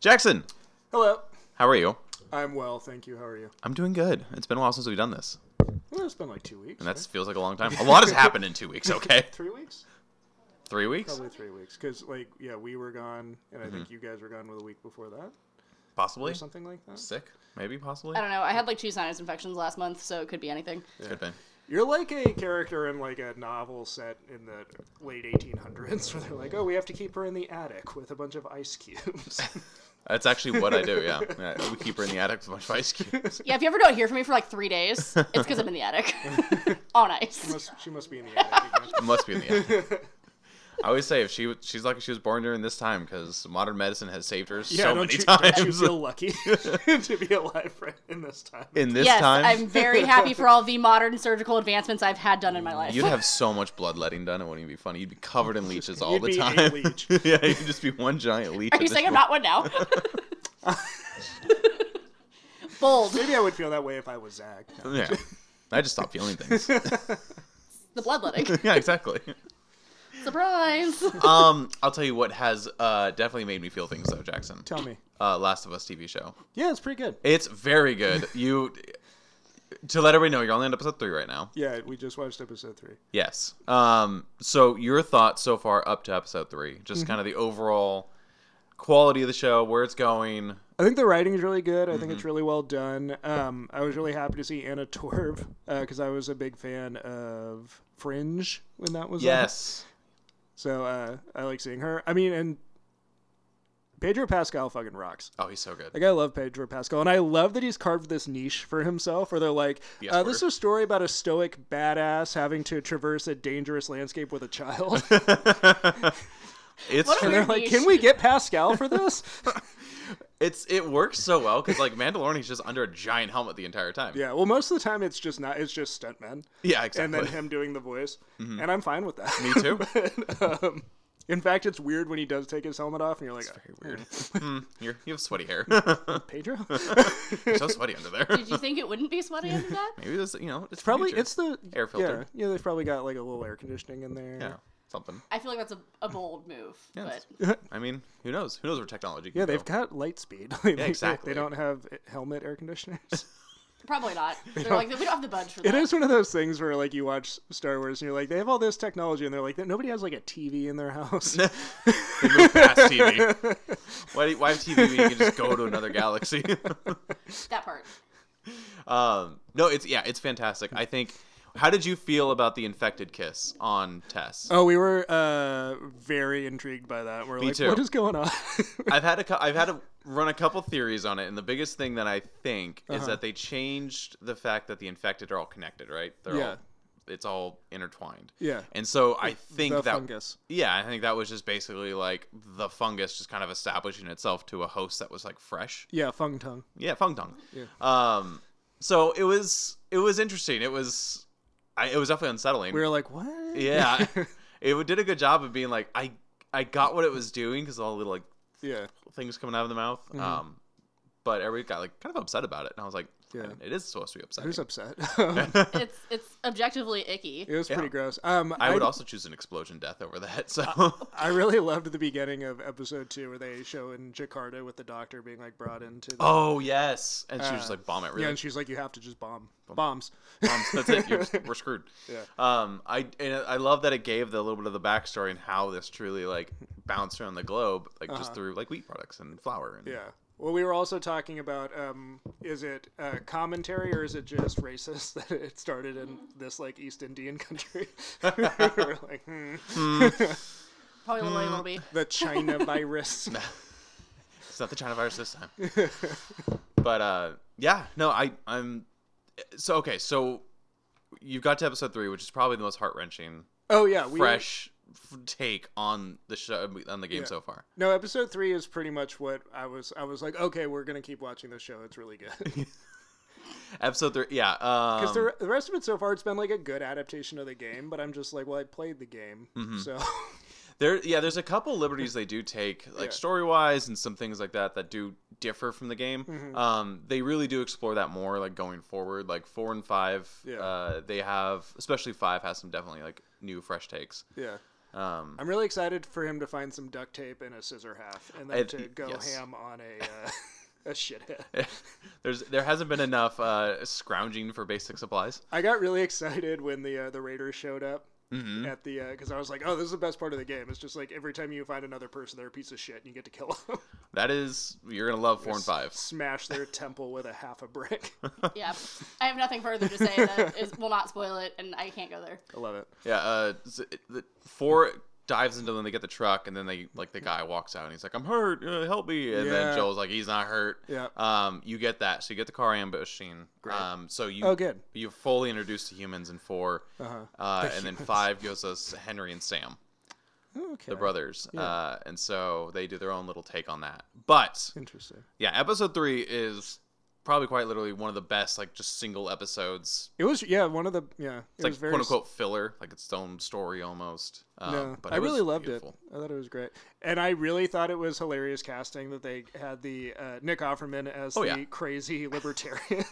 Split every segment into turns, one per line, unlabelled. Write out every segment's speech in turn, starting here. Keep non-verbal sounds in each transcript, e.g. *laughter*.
Jackson,
Hello.
how are you?
I'm well, thank you. How are you?
I'm doing good. It's been a while since we've done this,
Well, it's been like two weeks.
and that feels like a long
*laughs*
time. A lot has happened in two weeks. Okay,
right? three weeks?
three weeks,
Probably three weeks. Because, like, yeah, we were gone, and I think
Mm-hmm.
you guys were gone with a week before that,
possibly
or something like that.
sick, maybe possibly.
I don't know. I had like two sinus infections last month, so it could be anything.
Could be.
You're like a character in like a novel set in the late 1800s, *laughs* where they're like, "Oh, we have to keep her in the attic with a bunch of ice
*laughs*
cubes."
That's actually what I do. Yeah, *laughs* yeah we keep her in the attic with a bunch of ice cubes.
Yeah, if you ever don't hear from me for like three days, it's because I'm in
*laughs*
the attic on ice.
must, she must be in the attic. Again.
Must be in the attic.
*laughs*
I always say if she w- she's lucky she was born during this time because modern medicine has saved her
Yeah,
so
don't,
many
you,
times.
don't
*laughs*
you feel lucky *laughs* to be alive right in this time?
in this
yes,
time,
I'm very happy for all the modern surgical advancements I've had done in my life. *laughs*
You'd have so much bloodletting done, it wouldn't even be funny. You'd be covered in
*laughs*
leeches all
You'd
the
be a
time.
leech.
*laughs* yeah, you'd just be one giant leech.
Are you saying I'm not one now?
*laughs*
Bold.
Maybe I would feel that way if I was Zach. No.
Yeah. I just stopped feeling things.
The bloodletting.
*laughs* yeah, exactly.
Surprise.
Um, I'll tell you what has uh, definitely made me feel things though, Jackson.
Tell me.
Uh, Last of Us TV show.
Yeah, it's pretty good.
It's very
*laughs*
good. You to let everybody know you're only on episode three right now.
Yeah, we just watched episode three.
Yes. Um, so your thoughts so far up to episode three, just
Mm-hmm.
kind of the overall quality of the show, where it's going.
I think the writing is really good. I think it's really well done. Um, I was really happy to see Anna Torv because I was a big fan of Fringe when that was on.
Yes.
So uh, I like seeing her. I mean, and Pedro Pascal fucking rocks.
Oh, he's so good.
Like I love Pedro Pascal, and I love that he's carved this niche for himself. Where they're like,
The
uh,
S-word.
"This is a story about a stoic badass having to traverse a dangerous landscape with a child." *laughs*
It's
What a
true.
and they're
Weird
like,
niche.
"Can we get Pascal for this?" *laughs*
It's it works so well because like Mandalorian is just under a giant helmet the entire time.
yeah. Well, most of the time it's just not. It's just stuntmen.
yeah,
and
exactly. Mm-hmm.
then him doing the voice, and I'm fine with that. *laughs*
Me too.
But, um, in fact, it's weird when he does take his helmet off, and you're like,
Very weird. *laughs* Mm, you're, you have sweaty
*laughs*
hair.
Pedro.
You're so sweaty under there.
Did you think it wouldn't be sweaty under that?
Maybe this, you know, it's
*laughs* probably
future.
it's the
Air filter.
Yeah, yeah, they've probably got like a little air conditioning in there.
yeah, something.
I feel like that's a, a bold move.
Yeah,
but
it's- I mean, who knows? Who knows where technology? Can
Yeah, they've
go?
got *laughs* light speed. Like, they-
Oh. exactly.
They don't have helmet air conditioners.
*laughs*
probably not. They're like, we don't have the budge for
it
that.
is one of those things where like you watch Star Wars and you're like, they have all this technology, and they're like, nobody has like a TV in their house.
*laughs* They moved past TV. Why, do- why have TV when you can just go to another galaxy? *laughs*
That part.
um, no, it's yeah, it's fantastic. I think. How did you feel about the infected kiss on Tess?
*laughs* Oh, we were uh, very intrigued by that. We're like,
too.
what is going on? *laughs*
I've had a cou- I've had to run a couple theories on it, and the biggest thing that I think
Uh-huh.
is that they changed the fact that the infected are all connected, right? They're
Yeah.
all it's all intertwined.
Yeah.
And so I think
the
that
fungus.
yeah, I think that was just basically like the fungus just kind of establishing itself to a host that was like fresh.
yeah, Fung Tung.
Yeah, Fung Dong. Yeah. Um, so it was it was interesting. It was I, it was definitely unsettling.
We were like, what?
yeah, it did a good job of being like I I got what it was doing because all the like
*laughs* Yeah.
things coming out of the mouth.
Mm-hmm.
Um, but everybody got like kind of upset about it, and I was like,
Yeah.
it is supposed to be upsetting. *laughs*
Who's upset? *laughs* Um,
It's it's objectively icky.
it was
Yeah.
pretty gross. Um,
I
I, Uh,
would also choose an explosion death over that. So
I really loved the beginning of episode two where they show in Jakarta with the doctor being like brought into. The,
*laughs* oh yes, and she was just
Uh,
like bomb it
yeah,
really.
and she's like, you have to just bomb bombs. *laughs*
bombs. That's it. You're, we're screwed.
Yeah.
Um, I and I love that it gave the little bit of the backstory and how this truly like bounced around the globe, like just through like wheat products and flour and
Uh-huh. yeah. Well, we were also talking about um, is it uh, commentary or is it just racist *laughs* that it started in this like East Indian country? *laughs* we were like, hmm,
Probably a little,
Mm.
little bit.
*laughs*
the China virus.
It's not the China virus this time.
*laughs*
but uh, yeah, no, I I'm so okay. So you got to episode three, which is probably the most heart wrenching,
Oh yeah, we,
fresh f- take on the show on the game
Yeah.
so far.
No, episode three is pretty much what I was. I was like, okay, we're gonna keep watching this show. It's really good. *laughs*
Episode three, yeah. Um,
Because the, re- the rest of it so far, it's been like a good adaptation of the game, but I'm just like, well, I played the game,
Mm-hmm.
so *laughs*
There, yeah, there's a couple liberties they do take, like
Yeah.
story wise and some things like that that do differ from the game.
Mm-hmm.
Um, they really do explore that more, like going forward. Like four and five,
Yeah.
uh, they have, especially five has some definitely like new fresh takes. *laughs*
yeah.
Um,
I'm really excited for him to find some duct tape and a scissor half, and then
I-
to go
yes.
ham on a uh, *laughs* a shithead.
there's there hasn't been enough uh, scrounging for basic supplies.
I got really excited when the uh, the Raiders showed up
Mhm.
at the because I was like, oh, this is the best part of the game. It's just like every time you find another person, they're a piece of shit, and you get to kill them.
That is, you're gonna love
*laughs*
four and five.
Smash their temple with a half
*laughs*
a brick.
Yeah. I have nothing further to say that is, will not spoil it, and I can't go there.
I love it.
Yeah, uh, z- the four dives into them. They get the truck, and then they like the guy walks out, and he's like, "I'm hurt, uh, help me!" And
Yeah.
then Joel's like, "He's not hurt."
Yeah.
Um, you get that, so you get the car ambushing.
Great.
Um, so you
Oh, good.
you're fully introduced to humans in 4
Uh-huh. *laughs*
uh,
The
and then
humans.
five gives us Henry and Sam,
Okay.
the brothers, uh, and so they do their own little take on that. But
Interesting.
yeah, episode three is probably quite literally one of the best, like just single episodes
It was yeah one of the yeah. It
it's
was
like
very
quote unquote filler, like its own story almost. Um,
No,
but
I
it was
really loved
beautiful.
it. I thought it was great, and I really thought it was hilarious casting that they had the uh, Nick Offerman as
Oh,
the
yeah. *laughs*
crazy libertarian.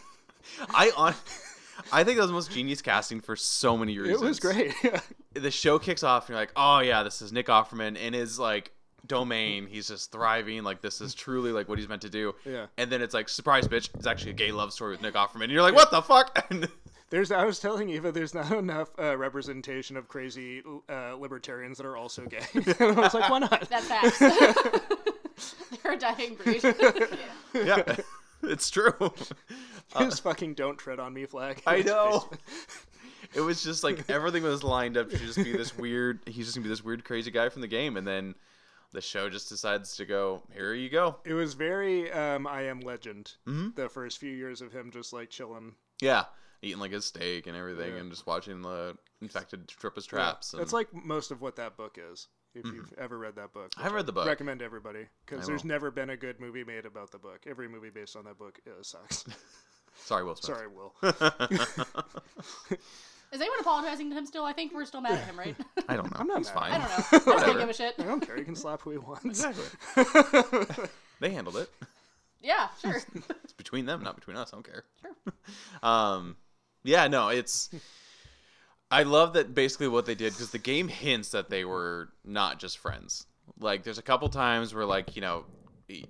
I on, *laughs* I think that was the most genius casting for so many
it
reasons.
was great. *laughs* yeah.
The show kicks off, and you're like, oh yeah, this is Nick Offerman in his like domain. He's just thriving. Like this
*laughs*
is truly like what he's meant to do.
Yeah.
And then it's like, surprise, bitch! It's actually a gay love story with Nick Offerman. And you're like, what the fuck? *laughs* And
There's I was telling Eva, there's not enough uh, representation of crazy uh, libertarians that are also gay. *laughs* and I was like, why not?
*laughs* That's facts.
*laughs*
*laughs*
They're a dying breed.
*laughs*
yeah, *laughs* it's true.
Just fucking don't tread on me flag. *laughs*
I know. it was just like everything was lined up to just be this weird. He's just gonna be this weird, crazy guy from the game, and then the show just decides to go. Here you go.
It was very um, I am legend.
Mm-hmm.
The first few years of him just like chilling.
Yeah, eating like his steak and everything,
Yeah.
and just watching the infected trip his traps. and Mm-hmm.
That's like most of what that book is. If you've ever read that book,
I've read the book.
recommend to everybody because
I
there's
will.
never been a good movie made about the book. Every movie based on that book
*laughs*
uh, sucks. *laughs*
Sorry, Will Smith. *laughs*
Sorry, Will.
Is anyone apologizing to him still? I think we're still mad at him, right?
I don't know.
I'm not
He's
mad.
fine.
I
*laughs*
don't know. I don't
Whatever.
give a shit.
I don't care. You can slap who he wants.
Exactly. they handled it.
Yeah,
*laughs*
sure.
It's between them, not between us. I don't care. *laughs* um, yeah, no, it's. I love that basically what they did because the game hints that they were not just friends. Like, there's a couple times where like you know, he-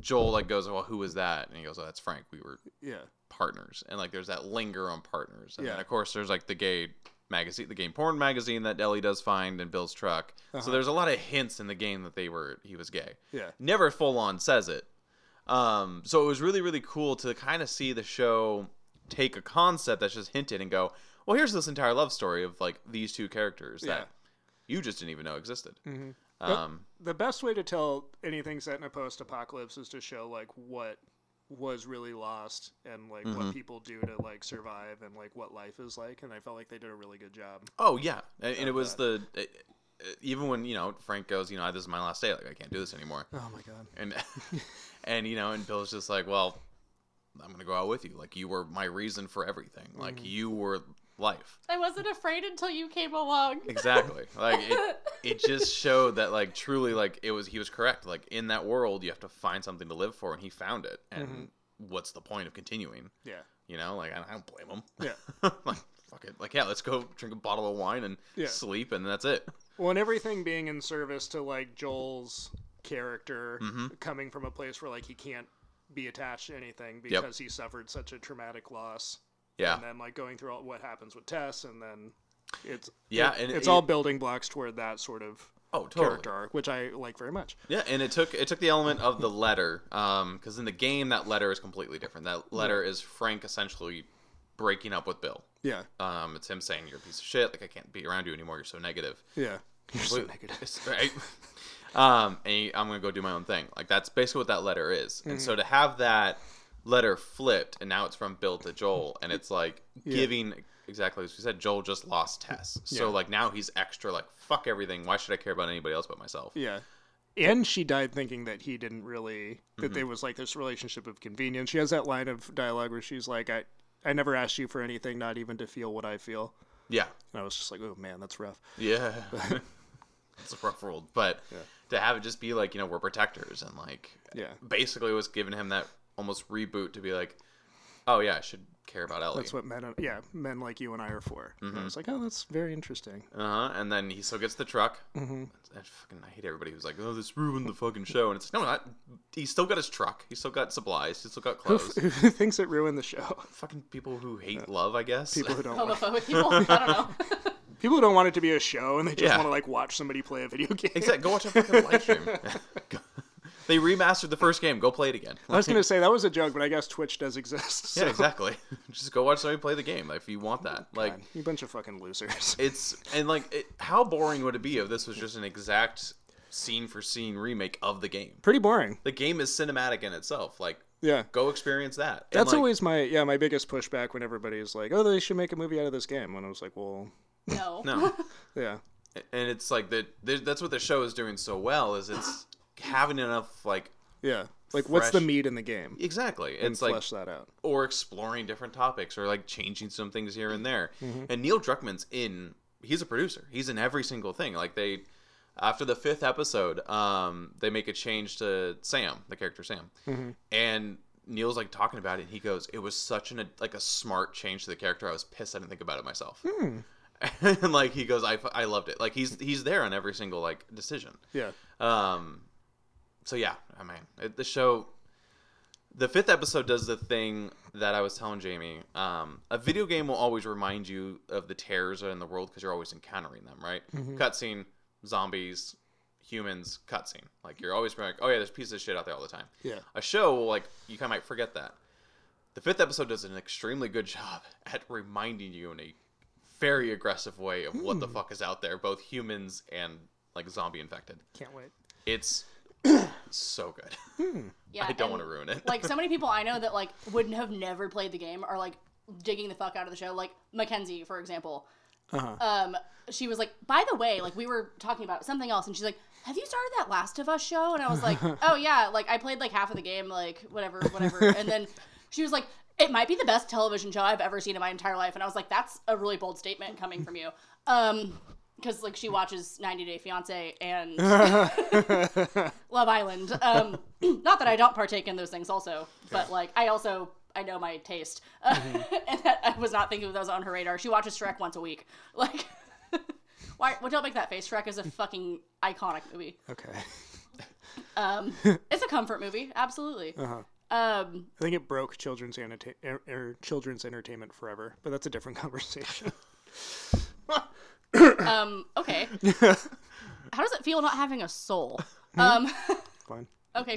Joel like goes, "Well, who was that?" And he goes, "Oh, that's Frank. We were
*laughs* Yeah.
partners." And like, there's that linger on partners. And then,
Yeah.
of course, there's like the gay magazine, the game porn magazine that Ellie does find in Bill's truck. So there's a lot of hints in the game that they were he was gay
Yeah.
never full on says it. Um, so it was really, really cool to kind of see the show take a concept that's just hinted and go, well, here's this entire love story of like these two characters
Yeah.
that you just didn't even know existed. Um,
The best way to tell anything set in a post-apocalypse is to show like what was really lost and like
Mm-hmm.
what people do to like survive and like what life is like. And I felt like they did a really good job.
oh yeah, and, and it was the it- it- even when you know Frank goes, you know, this is my last day, like I can't do this anymore,
Oh my god.
and *laughs* and you know, and Bill's just like, well, I'm gonna go out with you, like you were my reason for everything, like you were life.
I wasn't afraid until you came along.
Exactly. Like it, it just showed that like truly like it was he was correct. Like in that world you have to find something to live for and he found it. And
Mm-hmm.
what's the point of continuing?
Yeah.
You know, like I I don't blame him.
Yeah.
*laughs* like fuck it. Like yeah, let's go drink a bottle of wine and
Yeah.
sleep and that's
*laughs*
it.
Well, and everything being in service to like Joel's character
Mm-hmm.
coming from a place where like he can't be attached to anything because he suffered such a traumatic loss,
Yeah.
and then like going through all, what happens with Tess, and then it's
Yeah,
it-
and it-
it's all building blocks toward that sort of
Oh, totally.
character arc, which I like very much.
Yeah, and it took it took the element of the letter, um, because in the game that letter is completely different. That letter is Frank essentially breaking up with Bill.
Yeah,
Um, it's him saying you're a piece of shit. Like I can't be around you anymore. You're so negative.
yeah, You're so
Wait,
negative.
*laughs* it's- right? um, and you- I'm gonna go do my own thing. Like that's basically what that letter is. And
Mm.
so to have that letter flipped, and now it's from Bill to Joel, and it's
*laughs*
like giving exactly as we said. Joel just lost Tess, so
Yeah.
like now he's extra. Like fuck everything. Why should I care about anybody else but myself?
Yeah. And she died thinking that he didn't really that
Mm-hmm.
there was like this relationship of convenience. She has that line of dialogue where she's like, I I never asked you for anything, not even to feel what I feel.
Yeah,
And I was just like, Oh man, that's rough.
yeah. *laughs* it's a rough world, but to have it just be like you know we're protectors and like
Yeah.
basically was giving him that almost reboot to be like Oh yeah, I should care about Ellie.
That's what men, yeah, men like you and I are for. And
Mm-hmm.
I was like, oh, that's very interesting.
Uh huh. And then he still gets the truck. Mm-hmm. I fucking I hate everybody who's like, oh, this ruined the fucking show. And it's like, no, not. He's still got his truck. He's still got supplies. He's still
*laughs*
got
Who,
clothes.
who thinks it ruined the show? *laughs*
fucking people who hate love, I guess. *laughs*
People who don't want,
Homophobic people? I don't know.
people who don't want it to be a show and they just
Yeah.
want to like watch somebody play a video *laughs* game.
Exactly. Go watch a fucking live
*laughs*
stream. *laughs* they remastered the first game. Go play it again.
I was gonna say that was a joke, but I guess Twitch does exist. *laughs* So.
Yeah, exactly. *laughs* Just go watch somebody play the game if you want that. Like
you bunch of fucking losers.
it's and like it, how boring would it be if this was just an exact scene for scene remake of the game?
*laughs* Pretty boring.
The game is cinematic in itself. Like
Yeah.
go experience that. And,
That's
like,
always my yeah my biggest pushback when everybody's like, oh, they should make a movie out of this game. When I was like, well,
No.
no.
*laughs* yeah,
and it's like that that's what the show is doing so well is it's having enough like
yeah. Like, what's the
Fresh.
meat in the game?
exactly
And
it's like
flesh that out.
or exploring different topics or like changing some things here and there
Mm-hmm.
and neil druckmann's in he's a producer he's in every single thing like they after the fifth episode um they make a change to sam the character sam
Mm-hmm.
and neil's like talking about it and he goes it was such an like a smart change to the character i was pissed i didn't think about it myself
Hmm.
*laughs* and like he goes I, I loved it like he's he's there on every single like decision
Yeah.
um, so yeah, I mean, it, the show, the fifth episode does the thing that I was telling Jamie. Um, a video game will always remind you of the terrors in the world because you're always encountering them, right? Cutscene, zombies, humans, cutscene. Like you're always like, oh yeah, there's pieces of shit out there all the time.
Yeah.
A show will like you kind of might forget that. The fifth episode does an extremely good job *laughs* at reminding you in a very aggressive way of what the
Hmm.
fuck is out there, both humans and like zombie infected.
Can't wait.
It's *clears throat* so good. *laughs*
Yeah,
I don't
and,
want to ruin it.
Like so many people I know that like wouldn't have never played the game are like digging the fuck out of the show. Like Mackenzie, for example. Um, she was like, by the way, like we were talking about something else, and she's like, "Have you started that Last of Us show?" And I was like, "Oh yeah, like I played like half of the game, like whatever, whatever." and then she was like, "It might be the best television show I've ever seen in my entire life," and I was like, "That's a really bold statement coming from you." Um, because like she watches 90 Day Fiance and Love Island. Um, *clears throat* not that I don't partake in those things also, but like I also I know my taste, *laughs* uh, and that I was not thinking of those on her radar. She watches Shrek once a week. *laughs* Like, why? Well, don't make that face. Shrek is a fucking iconic movie.
Okay. *laughs* I
Um, it's a comfort movie, absolutely. Um,
think it broke children's annotate er, er, children's entertainment forever, but that's a different *laughs* conversation.
um, okay. How does it feel not having a soul? Um, *laughs*
Fine.
okay,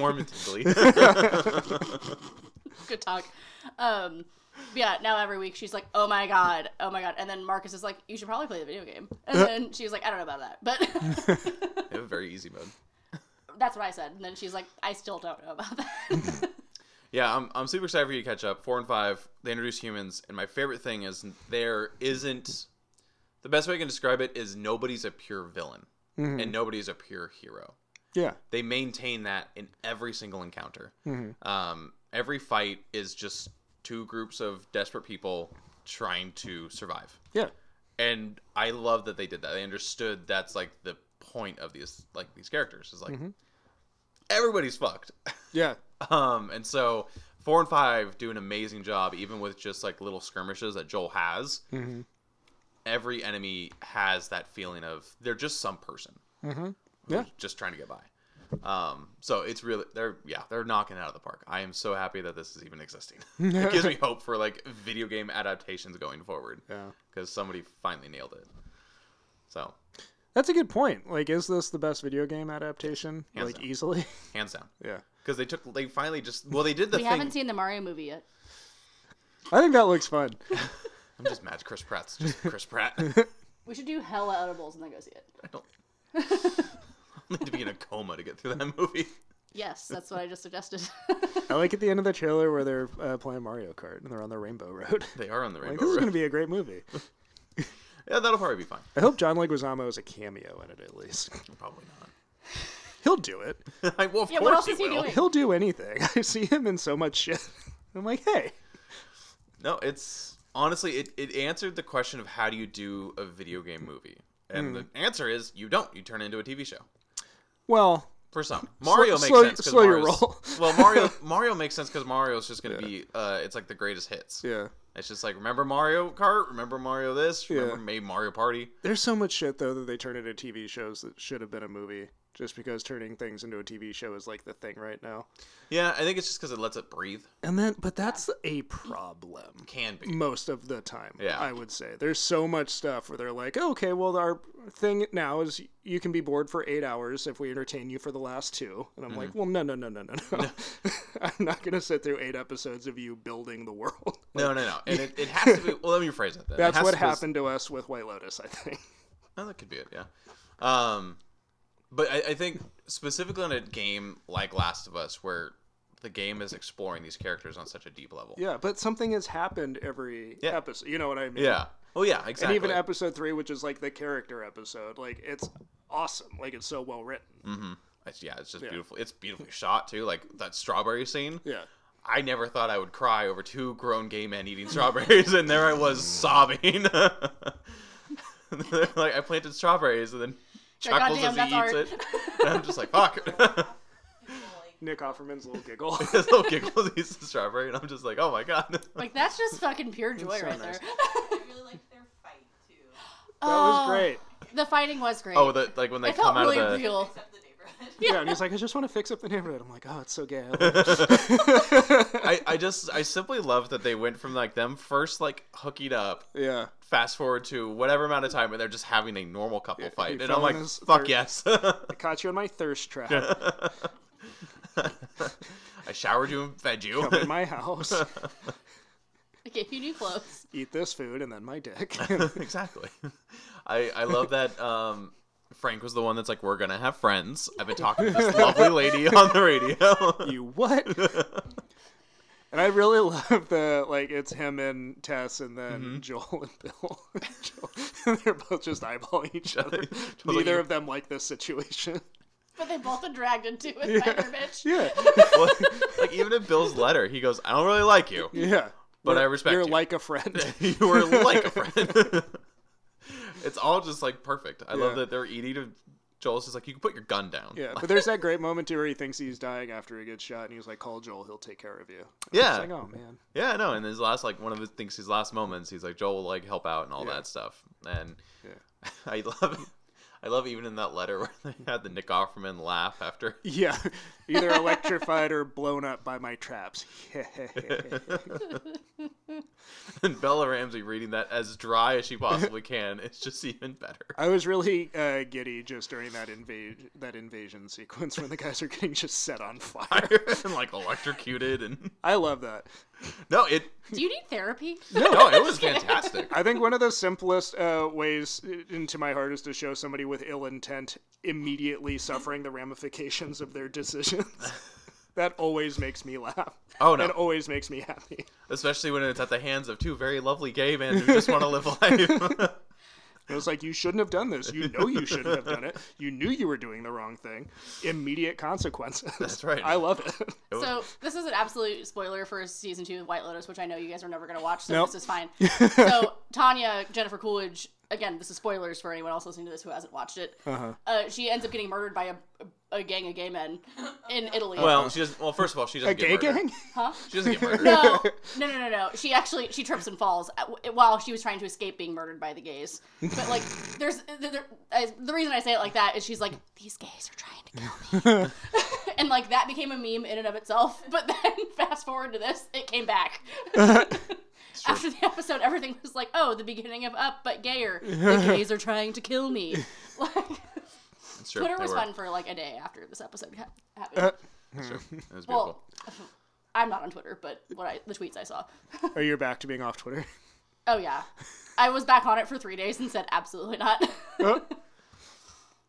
*laughs*
*laughs*
Warm and tingly.
good talk. Um, but yeah, now every week she's like, oh my god, oh my god. And then Marcus is like, you should probably play the video game. And then she's like, I don't know about that.
*laughs*
But *laughs*
They have a very easy mode.
that's what I said. And then she's like, I still don't know about that.
Yeah, I'm, I'm super excited for you to catch up. Four and five, they introduce humans, and my favorite thing is there isn't. The best way I can describe it is nobody's a pure villain,
Mm-hmm.
and nobody's a pure hero.
Yeah.
They maintain that in every single encounter. Um, every fight is just two groups of desperate people trying to survive.
Yeah.
and I love that they did that. They understood that's like the point of these like these characters is like everybody's fucked.
Yeah.
um, and so four and five do an amazing job, even with just like little skirmishes that Joel has.
Mm-hmm.
Every enemy has that feeling of they're just some person
Mm-hmm. Yeah.
just trying to get by. Um, so it's really they're yeah they're knocking it out of the park. I am so happy that this is even
*laughs*
existing. it gives me hope for like video game adaptations going forward.
Yeah.
because somebody finally nailed it. So
That's a good point. Like, is this the best video game adaptation?
Hands
like,
down.
easily?
hands down,
*laughs* yeah.
because they took they finally just well they did the
we
thing.
haven't seen the Mario movie yet.
I think that looks fun.
I'm just mad Chris Pratt's just Chris
*laughs*
Pratt.
We should do hella edibles and then go see it.
I *laughs* don't I'll need to be in a coma to get through that movie.
Yes, that's what I just suggested. *laughs*
I like at the end of the trailer where they're uh, playing Mario Kart and they're on the Rainbow Road. *laughs*
They are on the
like,
rainbow.
this is
Road.
going to be a great movie.
Yeah, that'll probably be fine.
I hope John Leguizamo is a cameo in it at least. *laughs*
Probably
He'll do it.
not. *laughs* I, well, of
Yeah,
course
what else is he
will.
doing?
He'll do anything. *laughs* I see him in so much shit. I'm like, hey,
No, it's honestly it, it answered the question of how do you do
Hmm.
a video game movie? And the answer is you don't. You turn it into a TV show.
well,
For
*laughs*
some, Mario makes
slow-
sense. 'cause
slow your
Mario's-
roll.
*laughs* well, Mario
*laughs*
Mario makes sense because Mario's just gonna
Yeah.
be. Uh, it's like the greatest hits.
Yeah.
It's just like remember Mario Kart, remember Mario this, remember
Yeah.
maybe Mario Party.
There's so much shit though that they turn into TV shows that should have been a movie. Just because turning things into a TV show is like the thing right now.
Yeah, I think it's just because it lets it breathe.
And then, but that's a problem.
Can be.
Most of the time,
Yeah.
I would say there's so much stuff where they're like, okay, well, our thing now is you can be bored for eight hours if we entertain you for the last two. And I'm
Mm-hmm.
like, well, no, no, no, no, no, no. *laughs* I'm not gonna sit through eight episodes of you building the world.
No, no, no. And it, it has to be. Well, let me rephrase it. Then. It
*laughs* That's
has
what
to be-
happened to us with White Lotus, I think. *laughs*
Oh, that could be it. Yeah. Um, but I, I think specifically on a game like Last of Us, where the game is exploring these characters on such a deep level.
Yeah, but something has happened every
Yeah.
episode. You know what I mean?
Yeah. Oh yeah, exactly.
And even episode three, which is like the character episode, like it's awesome. Like it's so well written.
Mm-hmm. It's- yeah, it's just beautiful. It's beautifully shot too. Like that strawberry scene.
Yeah.
I never thought I would cry over two grown gay men eating strawberries, and there I
*laughs*
was sobbing. *laughs* like I planted strawberries, and then
You're like,
chuckles as
"God damn,
he eats
that's
it, and I'm just like, "Fuck!"
Nick Offerman's little giggle. *laughs*
His little giggles eats the strawberry, and I'm just like, "Oh my god!" *laughs*
Like that's just fucking pure joy
so
right
nice.
there. *laughs*
I really like their fight too.
That was great.
The fighting was great.
Oh, the, like when they
it felt
come out
really
of the
real.
Except the neighborhood.
Yeah. and he's like, I just want to fix up the neighborhood. I'm like, oh, it's so gay. I love it."
*laughs* I, I just I simply love that they went from like them first like hooking up,
yeah.
fast forward to whatever amount of time, and they're just having a normal couple fight, and
fell
I'm
in
like,
his
fuck
third-
yes. *laughs*
I caught you on my thirst trap.
I showered you and fed you.
Come in my house,
I gave you new clothes.
eat this food, and then my dick. *laughs*
*laughs* exactly. I I love that. Um, Frank was the one that's like, we're gonna have friends. I've been talking to this lovely lady on the radio. *laughs*
you what? And I really love the like it's him and Tess and then
Mm-hmm.
Joel and Bill. *laughs* Joel, *laughs* they're both just eyeballing
*laughs*
each other.
Joel's like,
Neither
"You-
of them like this situation.
But they both been dragged into
*laughs*
it yeah. by their bitch.
Yeah.
Well, like even in Bill's letter, he goes, I don't really like you.
Yeah.
But
You're-
I respect
You're
you.
like
*laughs*
a friend. *laughs*
you were like a friend. it's all just like perfect. I love
Yeah.
that they're eating. and Joel's just like, you can put your gun down.
yeah. But there's that great moment too where he thinks he's dying after he gets shot and he's like, call Joel, he'll take care of you.
yeah,
It's like, oh man.
yeah. No, and his last like one of his things, his last moments, he's like, Joel will like help out and all
Yeah.
that stuff. And
Yeah.
*laughs* I love it. I love even in that letter *laughs* where they had the Nick Offerman laugh after. *laughs*
Yeah. *laughs* Either electrified or blown up by my traps. *laughs*
And Bella Ramsey reading that as dry as she possibly can. It's just even better. *laughs*
I was really uh, giddy just during that invade that invasion sequence when the guys are getting just set on fire.
*laughs* and like electrocuted and
I love that.
no, it
Do you need therapy?
no, it was fantastic.
I think one of the simplest uh, ways into my heart is to show somebody with ill intent immediately suffering the ramifications of their decisions.
*laughs*
that always makes me laugh.
Oh, no.
That always makes me happy.
especially when it's at the hands of two very lovely gay men who just want to
*laughs*
live life.
It was like you shouldn't have done this. You know you shouldn't have done it. You knew you were doing the wrong thing. Immediate consequences.
That's right.
I love it.
So this is an absolute spoiler for season two of White Lotus, which I know you guys are never gonna watch, so
Nope.
this
*laughs*
is fine. so Tanya, Jennifer Coolidge, again, this is spoilers for anyone else listening to this who hasn't watched it. Uh-huh. she ends up getting murdered by a, a gang of gay men in Italy.
*laughs* well, she doesn't. Well, first of all, she doesn't
A
get
gay
murdered.
gang?
*laughs*
huh?
She doesn't get murdered.
No, no, no, no, no. She actually she trips and falls at- while she was trying to escape being murdered by the gays.
*laughs*
But like, there's there, there, I- the reason I say it like that is she's like these gays are trying to kill
*laughs*
me, and like that became a meme in and of itself. *laughs* But then fast forward to this, it
*laughs*
came back. *laughs* After the episode, everything was like, "Oh, the beginning of Up, but
*laughs*
gayer. The gays are trying to kill me." Like,
It's true.
Twitter
They
was
were.
fun for like a day after this episode ha- happened.
It's
Hmm.
true. It was beautiful.
well, I'm not on Twitter, but what I the tweets I saw.
Oh, you're back to being
*laughs*
off Twitter.
Oh yeah. I was back on it for three days and said absolutely not. *laughs*
Oh.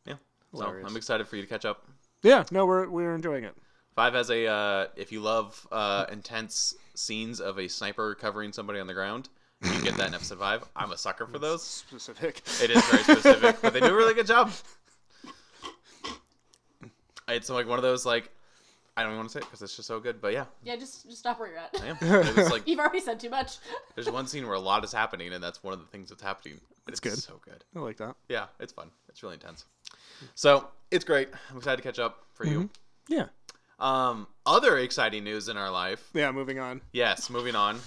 yeah. So
hilarious.
I'm excited for you to catch up.
Yeah, no, we're we're enjoying it.
Five has a. Uh, if you love uh, intense scenes of a sniper covering somebody on the ground, you can get that in episode five. I'm a sucker for those.
Specific.
It is very specific, but they do a really good job. It's like one of those like. I don't want to say it because it's just so good, but yeah,
yeah, just just stop where you're at. *laughs*
yeah. It was like
You've already said too much.
There's one scene where a lot is happening, and that's one of the things that's happening. It's,
good.
So good.
*laughs* I like that.
Yeah, it's fun. It's really intense. So it's great. I'm excited to catch up for you.
Yeah.
Um, other exciting news in our life.
Yeah, moving on.
Yes, moving on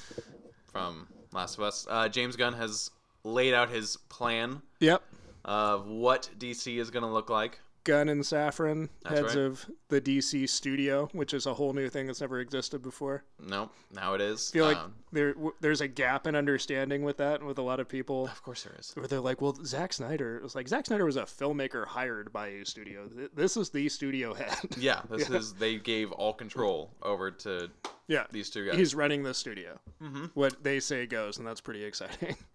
from Last of Us. Uh, James Gunn has laid out his plan
Yep.
of what DC is going to look like.
Gunn and Saffron,
That's
heads
right.
of the DC studio, which is a whole new thing that's never existed before.
Nope, now it is.
I feel like
Um,
there w- there's a gap in understanding with that, with a lot of people
of course there is.
where they're like, "Well, Zack Snyder." It was like Zack Snyder was a filmmaker hired by a studio. Th- This is the studio head. *laughs*
Yeah, this is they gave all control over to
yeah,
these two guys. Mm-hmm.
he's running the studio. What they say goes, and that's pretty exciting. *laughs*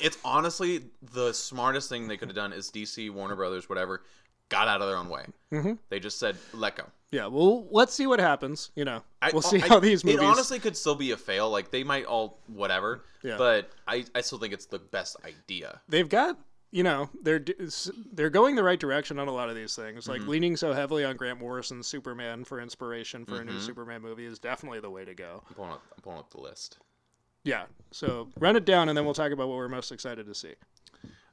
It's honestly the smartest thing they could have done is DC, Warner Brothers, whatever, got out of their own way. Mm-hmm. They just said let go.
yeah, well, let's see what happens. You know,
I- uh,
we'll see
I-
how these movies.
It honestly could still be a fail. Like they might all whatever,
Yeah.
but I, I still think it's the best idea.
they've got you know they're d- s- they're going the right direction on a lot of these things like
Mm-hmm.
leaning so heavily on grant morrison's superman for inspiration for
Mm-hmm.
a new superman movie is definitely the way to go
I'm pulling up, I'm pulling up the list.
yeah so run it down and then we'll talk about what we're most excited to see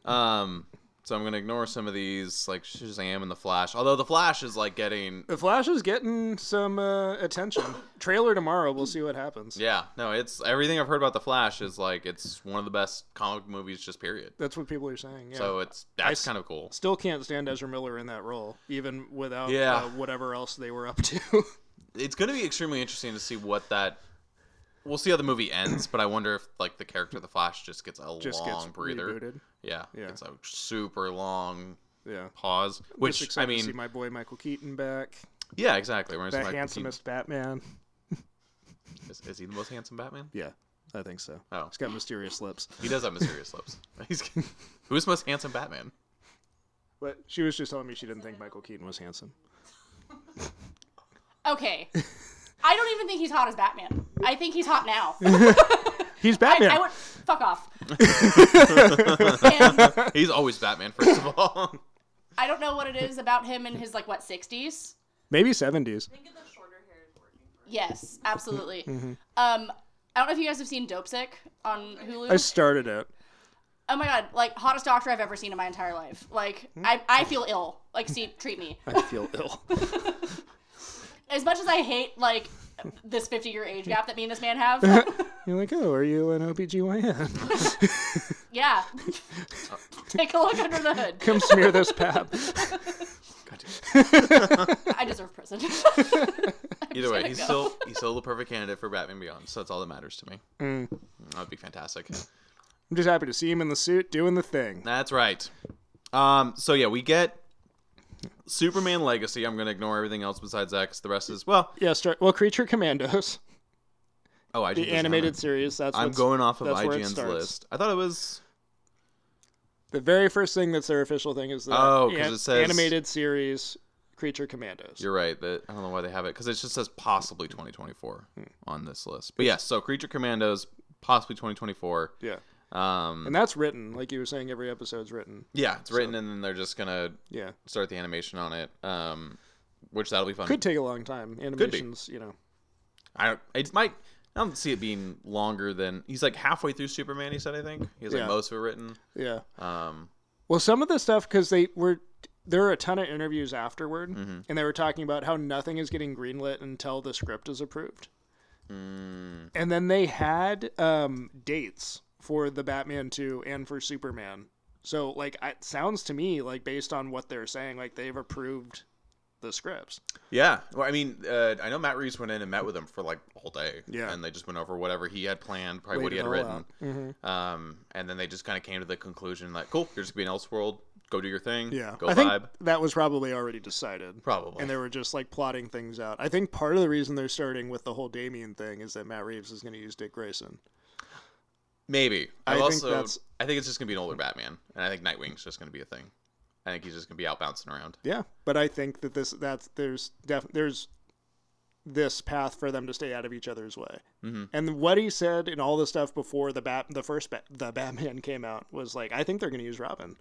Um, so I'm gonna ignore some of these like Shazam and the Flash. Although the Flash is like getting
the flash is getting some uh, attention trailer tomorrow we'll see what happens
yeah no it's everything I've heard about the Flash is like it's one of the best comic movies just period.
that's what people are saying yeah
So it's that's
s-
kind of cool.
still can't stand ezra miller in that role even without
Yeah.
uh, whatever else they were up to *laughs*
It's gonna be extremely interesting to see what that. We'll see how the movie ends, but I wonder if like the character of the Flash just gets a
just
long
gets
breather.
rebooted
Yeah,
Yeah.
it's a super long
yeah
pause. Which
just
I
excited to see
mean,
my boy michael keaton back
yeah, exactly. We're
the
gonna see Michael
handsomest batman
Keaton. Is, is he the most handsome Batman?
Yeah, I think so.
Oh,
He's got mysterious lips.
he does have mysterious
*laughs*
lips. *laughs* He's who's the most handsome Batman?
But she was just telling me she didn't think Michael Keaton was handsome.
*laughs* Okay. I don't even think he's hot as Batman. I think he's hot now.
He's Batman.
I would fuck *laughs* off. and
He's always Batman, first of all.
*laughs*
I don't know what it is about him in his like what sixties.
Maybe 70s.
think of the shorter hair is working for it.
Yes, absolutely. Um, I don't know if you guys have seen Dope Sick on Hulu.
I started it.
oh my god, like hottest doctor I've ever seen in my entire life. Like I, I feel ill. Like see, treat me.
*laughs* I feel ill.
As much as I hate like this fifty year age gap that me and this man have.
*laughs* You're like, oh, are you an OBGYN?
yeah. *laughs* Take a look under the
*laughs*
hood.
Come smear this pap.
I deserve prison.
*laughs*
*laughs*
Either way,
gonna
he's
go.
still he's still the perfect candidate for Batman Beyond. So that's all that matters to me.
Mm.
That would be fantastic.
I'm just happy to see him in the suit doing the thing.
That's right. Um, so yeah, we get Superman Legacy. I'm gonna ignore everything else besides that 'cause the rest is well.
Yeah, start. Well, Creature Commandos,
Oh, I
the animated series. That's
I'm
what's-
going off of
that's where it
IGN's
starts.
list. I thought it was
The very first thing that's their official thing is the
Oh, 'cause it says-
animated series Creature Commandos.
You're right. That I don't know why they have it because it just says possibly 2024
Hmm.
on this list. But yes, so Creature Commandos possibly 2024.
Yeah,
Um,
and that's written. Like you were saying, every episode's written.
yeah, it's written and then they're just gonna
Yeah,
start the animation on it. Um, which that'll be fun.
could take a long time. Animations, you know.
I don't. It might. I don't see it being longer than he's like halfway through Superman. He said, I think he's like
Yeah.
most of it written.
Yeah.
Um,
Well, some of the stuff because they were there were a ton of interviews afterward,
Mm-hmm.
and they were talking about how nothing is getting greenlit until the script is approved.
Mm.
And then they had um, dates for the Batman two and for Superman. So like it sounds to me like based on what they're saying, like they've approved the scripts.
yeah. Well, I mean, uh, I know Matt Reeves went in and met with him for like all day.
Yeah.
And they just went over whatever he had planned, probably what
Laid
he
it
had
all
written.
out. Mhm.
Um, and then they just kind of came to the conclusion like, cool, you're just gonna be an Elseworld. Go do your thing. Go
I think
vibe.
that was probably already decided.
Probably.
And they were just like plotting things out. I think part of the reason they're starting with the whole Damien thing is that Matt Reeves is going to use Dick Grayson.
Maybe.
I
i
think
also.
that's-
I think it's just gonna be an older Batman, and I think Nightwing's just gonna be a thing. I think he's just gonna be out bouncing around.
Yeah, but I think that this that's there's def, there's this path for them to stay out of each other's way. Mm-hmm. And what he said and all the stuff before the bat the first bat, the Batman came out was like, I think they're going to use Robin.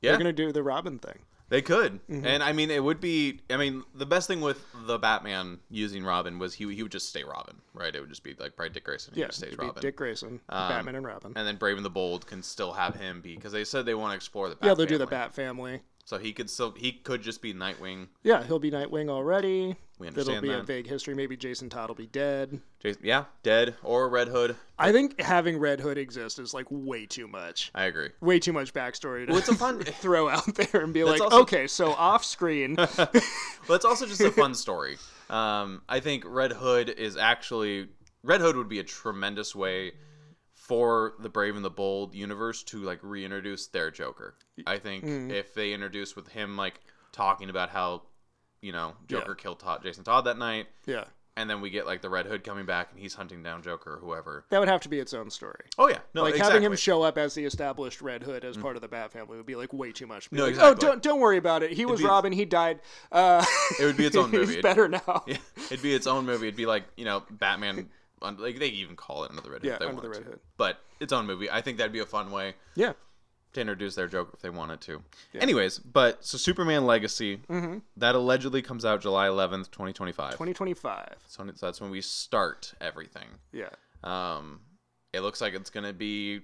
Yeah.
They're going to do the Robin thing.
They could,
Mm-hmm.
and I mean, it would be. I mean, the best thing with the Batman using Robin was he he would just stay Robin, right? It would just be like probably Dick Grayson. He
Yeah,
would just stays
it'd be
Robin, Um,
Dick Grayson, Batman, and Robin.
and then Brave and the Bold can still have him be because they said they want to explore the. Bat
yeah, they'll do the
family.
Bat family.
So he could still he could just be Nightwing.
Yeah, he'll be Nightwing already.
We
That'll
understand
be a
that.
vague history. Maybe Jason Todd will be dead.
Jason, yeah, dead or Red Hood.
I think having Red Hood exist is like way too much.
I agree.
Way too much backstory to
Well, it's a
*laughs*
fun.
throw out there and be
That's
like,
also-
okay, so
*laughs*
off screen. *laughs*
Well, it's also just a fun story. Um, I think Red Hood is actually Red Hood would be a tremendous way for the Brave and the Bold universe to like reintroduce their Joker. I think
mm-hmm.
if they introduce with him like talking about how you know Joker killed Todd, Jason Todd that night,
yeah.
and then we get like the Red Hood coming back and he's hunting down Joker or whoever.
That would have to be its own story.
Oh yeah, no,
like
exactly. Mm.
having him show up as the established Red Hood as part of the Bat family would be like way too much. Be
No,
like,
exactly.
Oh, don't don't worry about it. He was
be-
Robin. He died. Uh,
It would be its own movie.
*laughs*
*laughs*
he's
It'd-
better now.
*laughs* Yeah, it'd be its own movie. It'd be like you know Batman. un- Like they even call it Under the Red Hood.
Yeah,
if they
Under the
wanted
Red
to.
Hood.
But its own movie. I think that'd be a fun way
Yeah.
to introduce their Joker if they wanted to. Anyways, but so Superman Legacy
Mm-hmm.
that allegedly comes out July eleventh, twenty twenty five.
2025.
So that's when we start everything.
Yeah.
Um, it looks like it's gonna be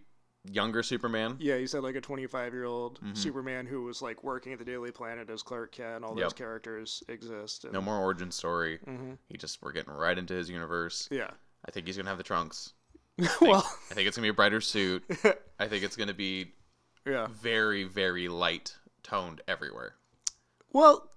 younger Superman.
Yeah, he's had like a 25 year old
Mm-hmm.
Superman who was like working at the Daily Planet as Clark Kent. All those
Yep.
characters exist. And, Mm-hmm.
No more origin story. He just we're getting right into his universe.
Yeah.
I think he's gonna have the trunks.
*laughs* well,
I think it's gonna be a brighter *laughs* suit. I think it's gonna be
yeah.
very very light toned everywhere.
Well,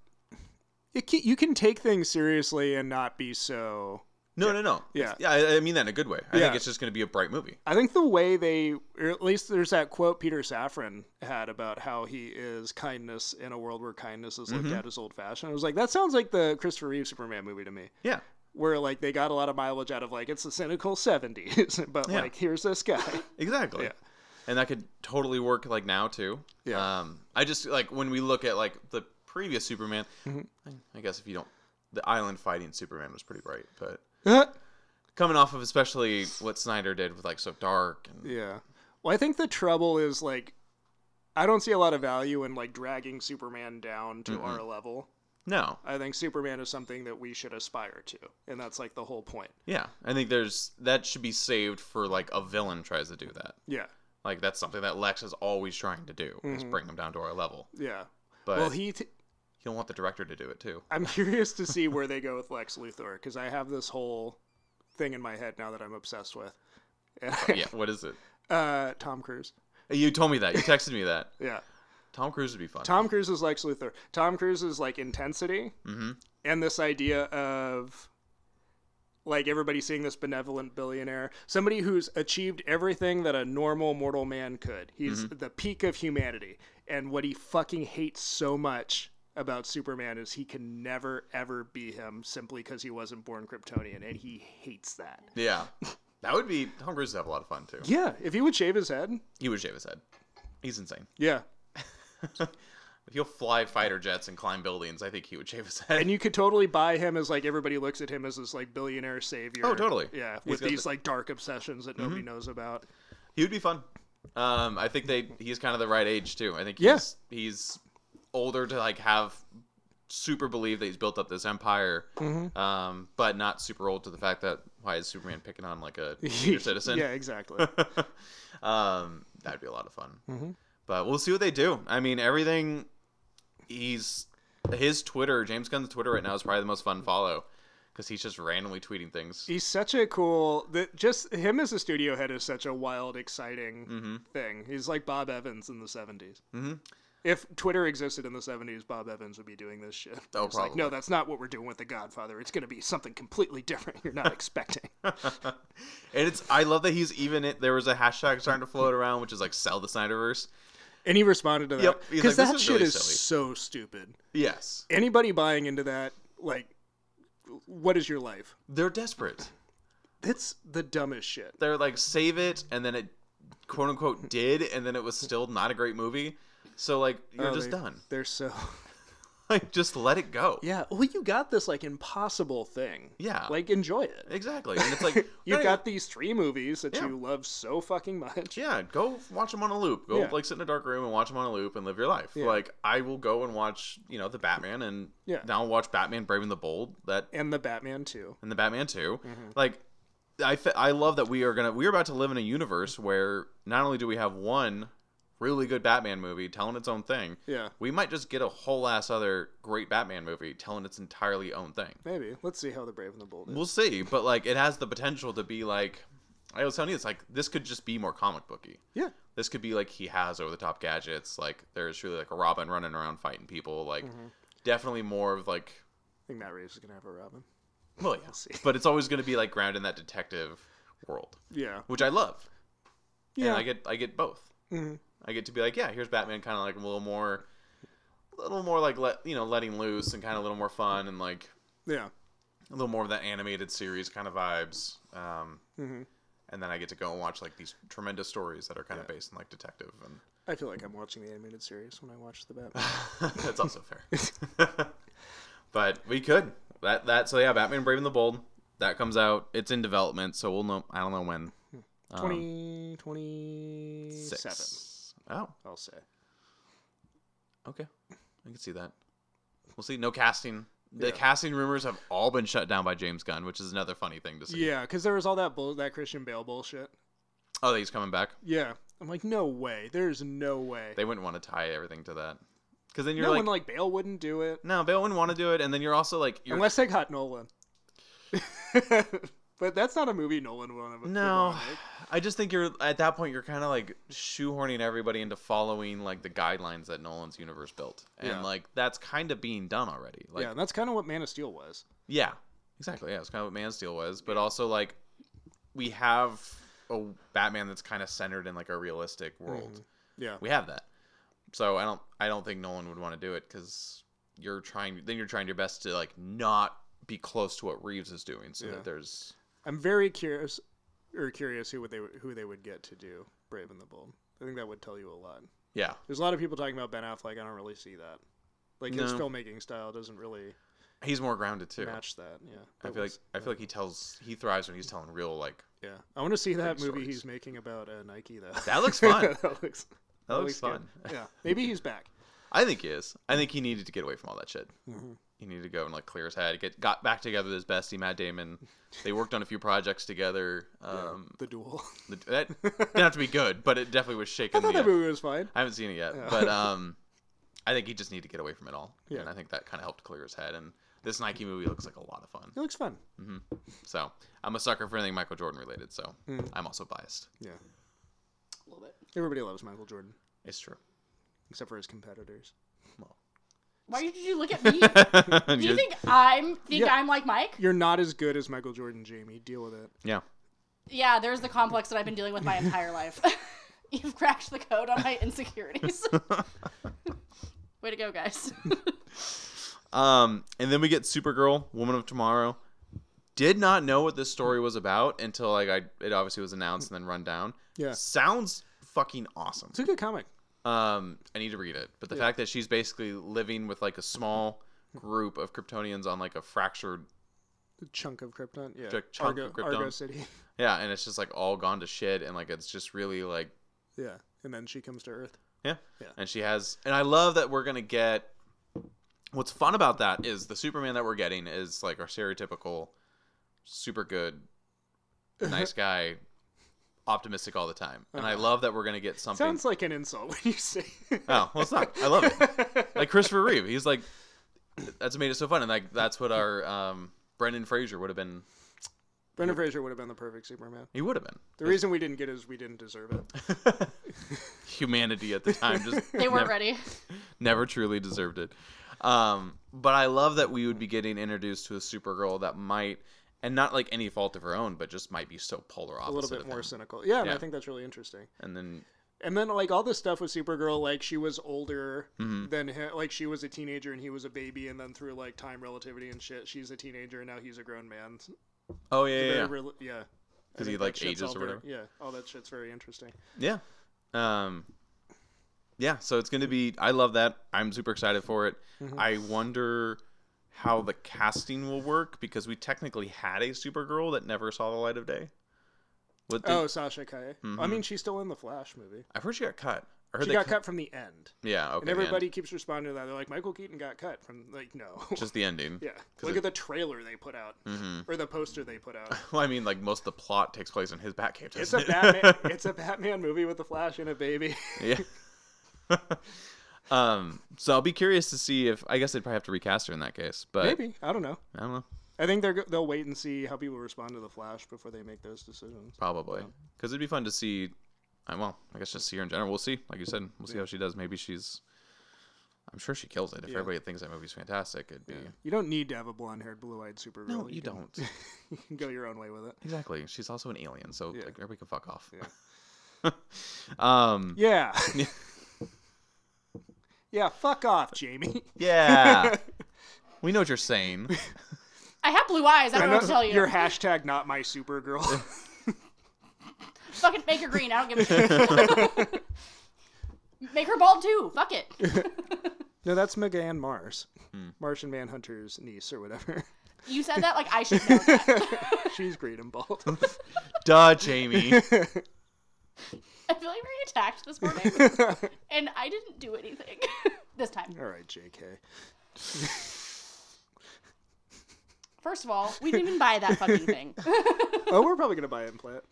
it can, you can take things seriously and not be so.
No, no, no.
Yeah.
yeah. I, I mean that in a good way. I
Yeah.
think it's just going to be a bright movie.
I think the way they, or at least there's that quote Peter Safran had about how he is kindness in a world where kindness is looked at as old fashioned. I was like, that sounds like the Christopher Reeve Superman movie to me.
Yeah,
Where like they got a lot of mileage out of like it's the cynical seventies, *laughs* but
Yeah.
like here's this guy. *laughs*
exactly.
Yeah.
And that could totally work like now too.
Yeah.
Um, I just like when we look at like the previous Superman.
Mm-hmm.
I guess if you don't, the island fighting Superman was pretty bright, but coming off of especially what Snyder did with like so dark and
Yeah. Well, I think the trouble is like I don't see a lot of value in like dragging Superman down to our level.
no,
I think Superman is something that we should aspire to, and that's like the whole point.
yeah. I think there's that should be saved for like a villain tries to do that.
Yeah.
Like that's something that Lex is always trying to do is bring him down to our level.
Yeah.
But
Mm-hmm. well,
he...
he t-
he'll want the director to do it
*laughs*
too.
I'm curious to see where they go with Lex Luthor cuz I have this whole thing in my head now that I'm obsessed with. *laughs*
yeah. What is it?
uh Tom Cruise.
You told me that. You texted me that.
Yeah.
Tom Cruise would be fun.
Tom Cruise is Lex Luthor. Tom Cruise is like intensity and this idea of like everybody seeing this benevolent billionaire, somebody who's achieved everything that a normal mortal man could. He's the peak of humanity. And what he fucking hates so much about Superman is he can never ever be him simply because he wasn't born Kryptonian and he hates that.
Yeah. That would be Tom Cruise would have a lot of fun too.
Yeah, if he would shave his head.
He would shave his head. He's insane.
Yeah.
If he'll fly fighter jets and climb buildings, I think he would shave his head.
And you could totally buy him as like everybody looks at him as this like billionaire savior.
Oh, totally.
Yeah,
He's
with
got
these
the- Mm-hmm.
like dark obsessions that nobody knows about.
he would be fun. Um, I think they he's kind of the right age too. I think
Yeah.
he's he's older to like have super believe that he's built up this empire,
Mm-hmm.
um, but not super old to the fact that why is Superman picking on like
*laughs*
a senior citizen? *laughs*
yeah, exactly.
um, that'd be a lot of fun.
Mm-hmm.
But we'll see what they do. I mean, everything. He's his Twitter, James Gunn's Twitter right now is probably the most fun follow because he's just randomly tweeting things.
He's such a cool that just him as a studio head is such a wild, exciting
Mm-hmm.
thing. He's like Bob Evans in the 70s Mm-hmm. If Twitter existed in the seventies, Bob Evans would be doing this shit.
Oh,
It's like, no, that's not what we're doing with The Godfather. It's going to be something completely different.
*laughs*
You're not expecting.
And it's I love that he's even. It, there was a hashtag starting to float around, which is like sell the Snyderverse.
And he responded to that
Yep, he's
because
like, "This
that
is
shit
really
is
silly."
so stupid.
Yes,
Anybody buying into that, like, what is your life?
they're desperate.
That's the dumbest shit.
They're like save it, and then it quote unquote did, and then it was still not a great movie. So like you're
Oh,
just
they-
done. *laughs*
They're so *laughs*
Like just let it go.
yeah. Well, you got this like impossible thing.
Yeah.
like enjoy it.
Exactly. And it's like
*laughs* You
no,
got these three movies that
Yeah.
you love so fucking much. *laughs*
Yeah, go watch them on a loop. Go
Yeah.
like sit in a dark room and watch them on a loop and live your life. Like I will go and watch, you know, the Batman and
Yeah.
now I'll watch Batman Brave and the Bold that
And the Batman too.
and the Batman 2. Like I fe- I love that we are going to we're about to live in a universe where not only do we have one really good Batman movie telling its own thing.
Yeah.
We might just get a whole ass other great Batman movie telling its entirely own thing.
Maybe. Let's see how the Brave and the Bold is.
We'll see, but like it has the potential to be like I was telling you, it's like this could just be more comic booky.
yeah.
This could be like he has over the top gadgets. Like there's really like a Robin running around fighting people. Like definitely more of like
I think Matt Reeves is going to have a Robin.
well, yeah,
see.
but it's always going to be like grounded in that detective world,
Yeah.
which I love.
Yeah.
and I get I get both.
Mhm.
I get to be like, yeah, here's Batman, kind of like a little more, a little more like let you know letting loose and kind of a little more fun and like
yeah.
a little more of that animated series kind of vibes. Um,
Mhm.
And then I get to go and watch like these tremendous stories that are kind of based in like detective, and *laughs*
I feel like I'm watching the animated series when I watch the Batman.
that's also fair. but we could that that so yeah, Batman Brave and the Bold that comes out. It's in development, so we'll know. I don't know when. Um,
2027,
six. Oh,
I'll say.
Okay. I can see that. We'll see. No casting. The
Yeah.
casting rumors have all been shut down by James Gunn, which is another funny thing to see.
Yeah, because there was all that bull- that Christian Bale bullshit.
Oh, that he's coming back.
Yeah, I'm like, no way. There's no way.
They wouldn't want to tie everything to that. Because then you're
no
like,
one like Bale wouldn't do it
no, Bale wouldn't want to do it. And then you're also like, you're,
unless they got Nolan. *laughs* but that's not a movie Nolan would want
no. I just think you're, at that point, you're kind of like shoehorning everybody into following like the guidelines that Nolan's universe built. And
Yeah.
like, that's kind of being done already. Like,
yeah, and that's kind of what Man of Steel was.
Yeah, exactly. Yeah, it's kind of what Man of Steel was, but also like we have a Batman that's kind of centered in like a realistic world.
Yeah,
We have that, so I don't I don't think Nolan would want to do it because you're trying then you're trying your best to like not be close to what Reeves is doing, so
Yeah.
that there's
I'm very curious or curious who would they who they would get to do Brave and the Bold. I think that would tell you a lot.
yeah.
There's a lot of people talking about Ben Affleck. I don't really see that. Like his
No.
filmmaking style doesn't really
He's more grounded too.
match that. Yeah,
I
But
feel like
was-
I feel like he tells he thrives when he's telling real like
yeah. I want to see that
Big
movie
stories.
he's making about uh, Nike though.
That looks fun.
*laughs* that looks.
that looks
good.
fun. *laughs*
Yeah, maybe he's back.
I think he is. I
Mm-hmm.
think he needed to get away from all that shit. He needed to go and like clear his head. Get got back together with his bestie Matt Damon. They worked on a few projects together. Um,
the duel. *laughs*
the, that didn't have to be good, but it definitely was
I
shaking.
thought
the,
that movie was fine.
I haven't seen it yet,
Yeah. *laughs*
but um, I think he just needed to get away from it all.
Yeah.
And I think that kind of helped clear his head. And this Nike movie looks like a lot of fun.
It looks fun.
So I'm a sucker for anything Michael Jordan related. So
Mm.
I'm also biased.
Yeah,
A little bit.
everybody loves Michael Jordan
It's true.
except for his competitors.
*laughs*
Why did you look at me? Do you
You're-
think I'm think
Yeah.
I'm like Mike?
You're not as good as Michael Jordan, Jamie. Deal with it.
yeah.
Yeah, there's the complex that I've been dealing with my entire life. *laughs* You've cracked the code on my insecurities. *laughs* Way to go, guys.
Um, and then we get Supergirl, Woman of Tomorrow. Did not know what this story was about until like I it obviously was announced and then run down.
Yeah.
Sounds fucking awesome.
It's a good comic.
Um, I need to read it. But the fact that she's basically living with like a small group of Kryptonians on like a fractured
A chunk of Krypton. Yeah,
Ch- chunk
Argo,
of Krypton.
Argo City. *laughs*
Yeah, and it's just like all gone to shit and like it's just really like
Yeah, and then she comes to Earth.
Yeah.
Yeah.
And she has and I love that we're gonna get what's fun about that is the Superman that we're getting is like our stereotypical super good,
*laughs*
nice guy, optimistic all the time. And I love that we're gonna get something
Uh-huh. Sounds like an insult *laughs* when you say.
Oh, well it's not. I love it. Like
*laughs*
Christopher Reeve. He's like that's what made it so fun. And like that's what our um Brendan Fraser would have been
Brendan Fraser would have been the perfect Superman.
he would have been.
The reason we didn't get it is we didn't deserve it.
Humanity at the time just
They weren't
never-
ready.
never truly deserved it. Um, but I love that we would be getting introduced to a Supergirl that might, and not like any fault of her own, but just might be so polar opposite.
A little bit
of
more
him.
cynical. Yeah, and I
Yeah.
think that's really interesting.
And then,
And then like all this stuff with Supergirl, like she was older
Mm-hmm.
than him. Like she was a teenager and he was a baby, and then through like time relativity and shit, she's a teenager and now he's a grown man.
oh yeah, yeah,
Very
yeah.
rel- yeah. I
'Cause he,
think
like,
that shit's
ages
all
or
very-
whatever.
Yeah, all that shit's very interesting.
Yeah. Um Yeah, so it's going to be I love that. I'm super excited for it.
Mm-hmm.
I wonder how the casting will work because we technically had a Supergirl that never saw the light of day. What the,
Oh, Sasha Kaye.
Mm-hmm.
I mean, she's still in the Flash movie.
I've heard she got cut. I heard
She
they
got cut from the end,
Yeah, okay.
and
the end.
everybody keeps responding to that. They're like, Michael Keaton got cut from like no.
*laughs* just Mm-hmm. the ending.
*laughs* yeah, look at the trailer they put out, or the poster they
*laughs*
put out.
Well, I mean, like most of the plot takes place in his Batcave.
It's
doesn't
a
it?
Batman. it's a Batman movie with the Flash and a baby.
*laughs* Yeah. um, so I'll be curious to see if I guess they'd probably have to recast her in that case, but
*laughs* Maybe I don't know.
I don't know.
I think they're go- they'll wait and see how people respond to the Flash before they make those decisions.
Probably because it'd be fun to see. I well, I guess just see her in general. We'll see. Like you said, we'll see how she does. Maybe she's. I'm sure she kills it. If everybody thinks that movie's fantastic, it'd be.
You don't need to have a blonde-haired, blue-eyed supervillain.
No, you
can-
don't.
*laughs* you can go your own way with it.
Exactly. She's also an alien, so
Yeah.
like everybody can fuck off.
Yeah.
*laughs* um. *laughs*
Yeah. yeah. Fuck off, Jamie. *laughs*
Yeah. we know what you're saying.
I have blue eyes. I don't know what to tell you.
Your hashtag not my
*laughs*
Supergirl.
*laughs*
*laughs*
Fucking make her green. I don't give a
*laughs*
shit. make her bald too. Fuck it.
no, that's Mega Ann Mars,
Hmm.
Martian Manhunter's niece or whatever.
You said that like I should know that.
*laughs*
*laughs*
She's green
*laughs*
and bald. *laughs*
Duh, Jamie.
I feel like we attacked this morning, and I didn't do anything *laughs* this time.
All right, J.K.
First of all, we didn't even buy that fucking thing.
Oh, we're probably gonna buy it and play it.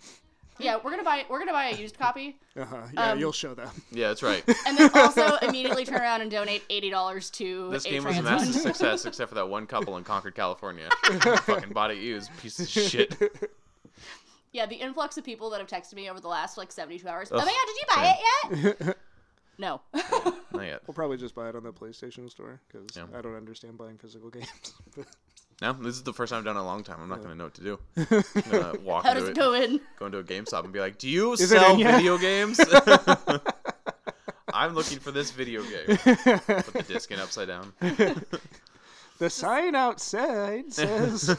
yeah, we're gonna buy we're gonna buy a used copy,
Uh huh. Yeah,
Um,
you'll show them.
Yeah, that's right.
and then also immediately turn around and donate eighty dollars to
This
a
game was a
trans
massive
fund.
success, except for that one couple in Concord, California. *laughs* Fucking bought it used, piece of shit.
Yeah, the influx of people that have texted me over the last like seventy two hours.
Ugh,
oh my god, did you buy it
*laughs*
yet? no.
Not yet.
We'll probably just buy it on the PlayStation Store because
Yeah.
I don't understand buying physical *laughs* games.
No, this is the first time I've done it in a long time. I'm not gonna know what to do. I'm
*laughs*
gonna walk
*laughs* How
into
does it
it,
go in?
go into a GameStop and be like, "Do you
it
sell
in yet?"
video
*laughs*
games?" I'm looking for this video game. Put the disc in upside down. *laughs*
the sign
*laughs*
outside says,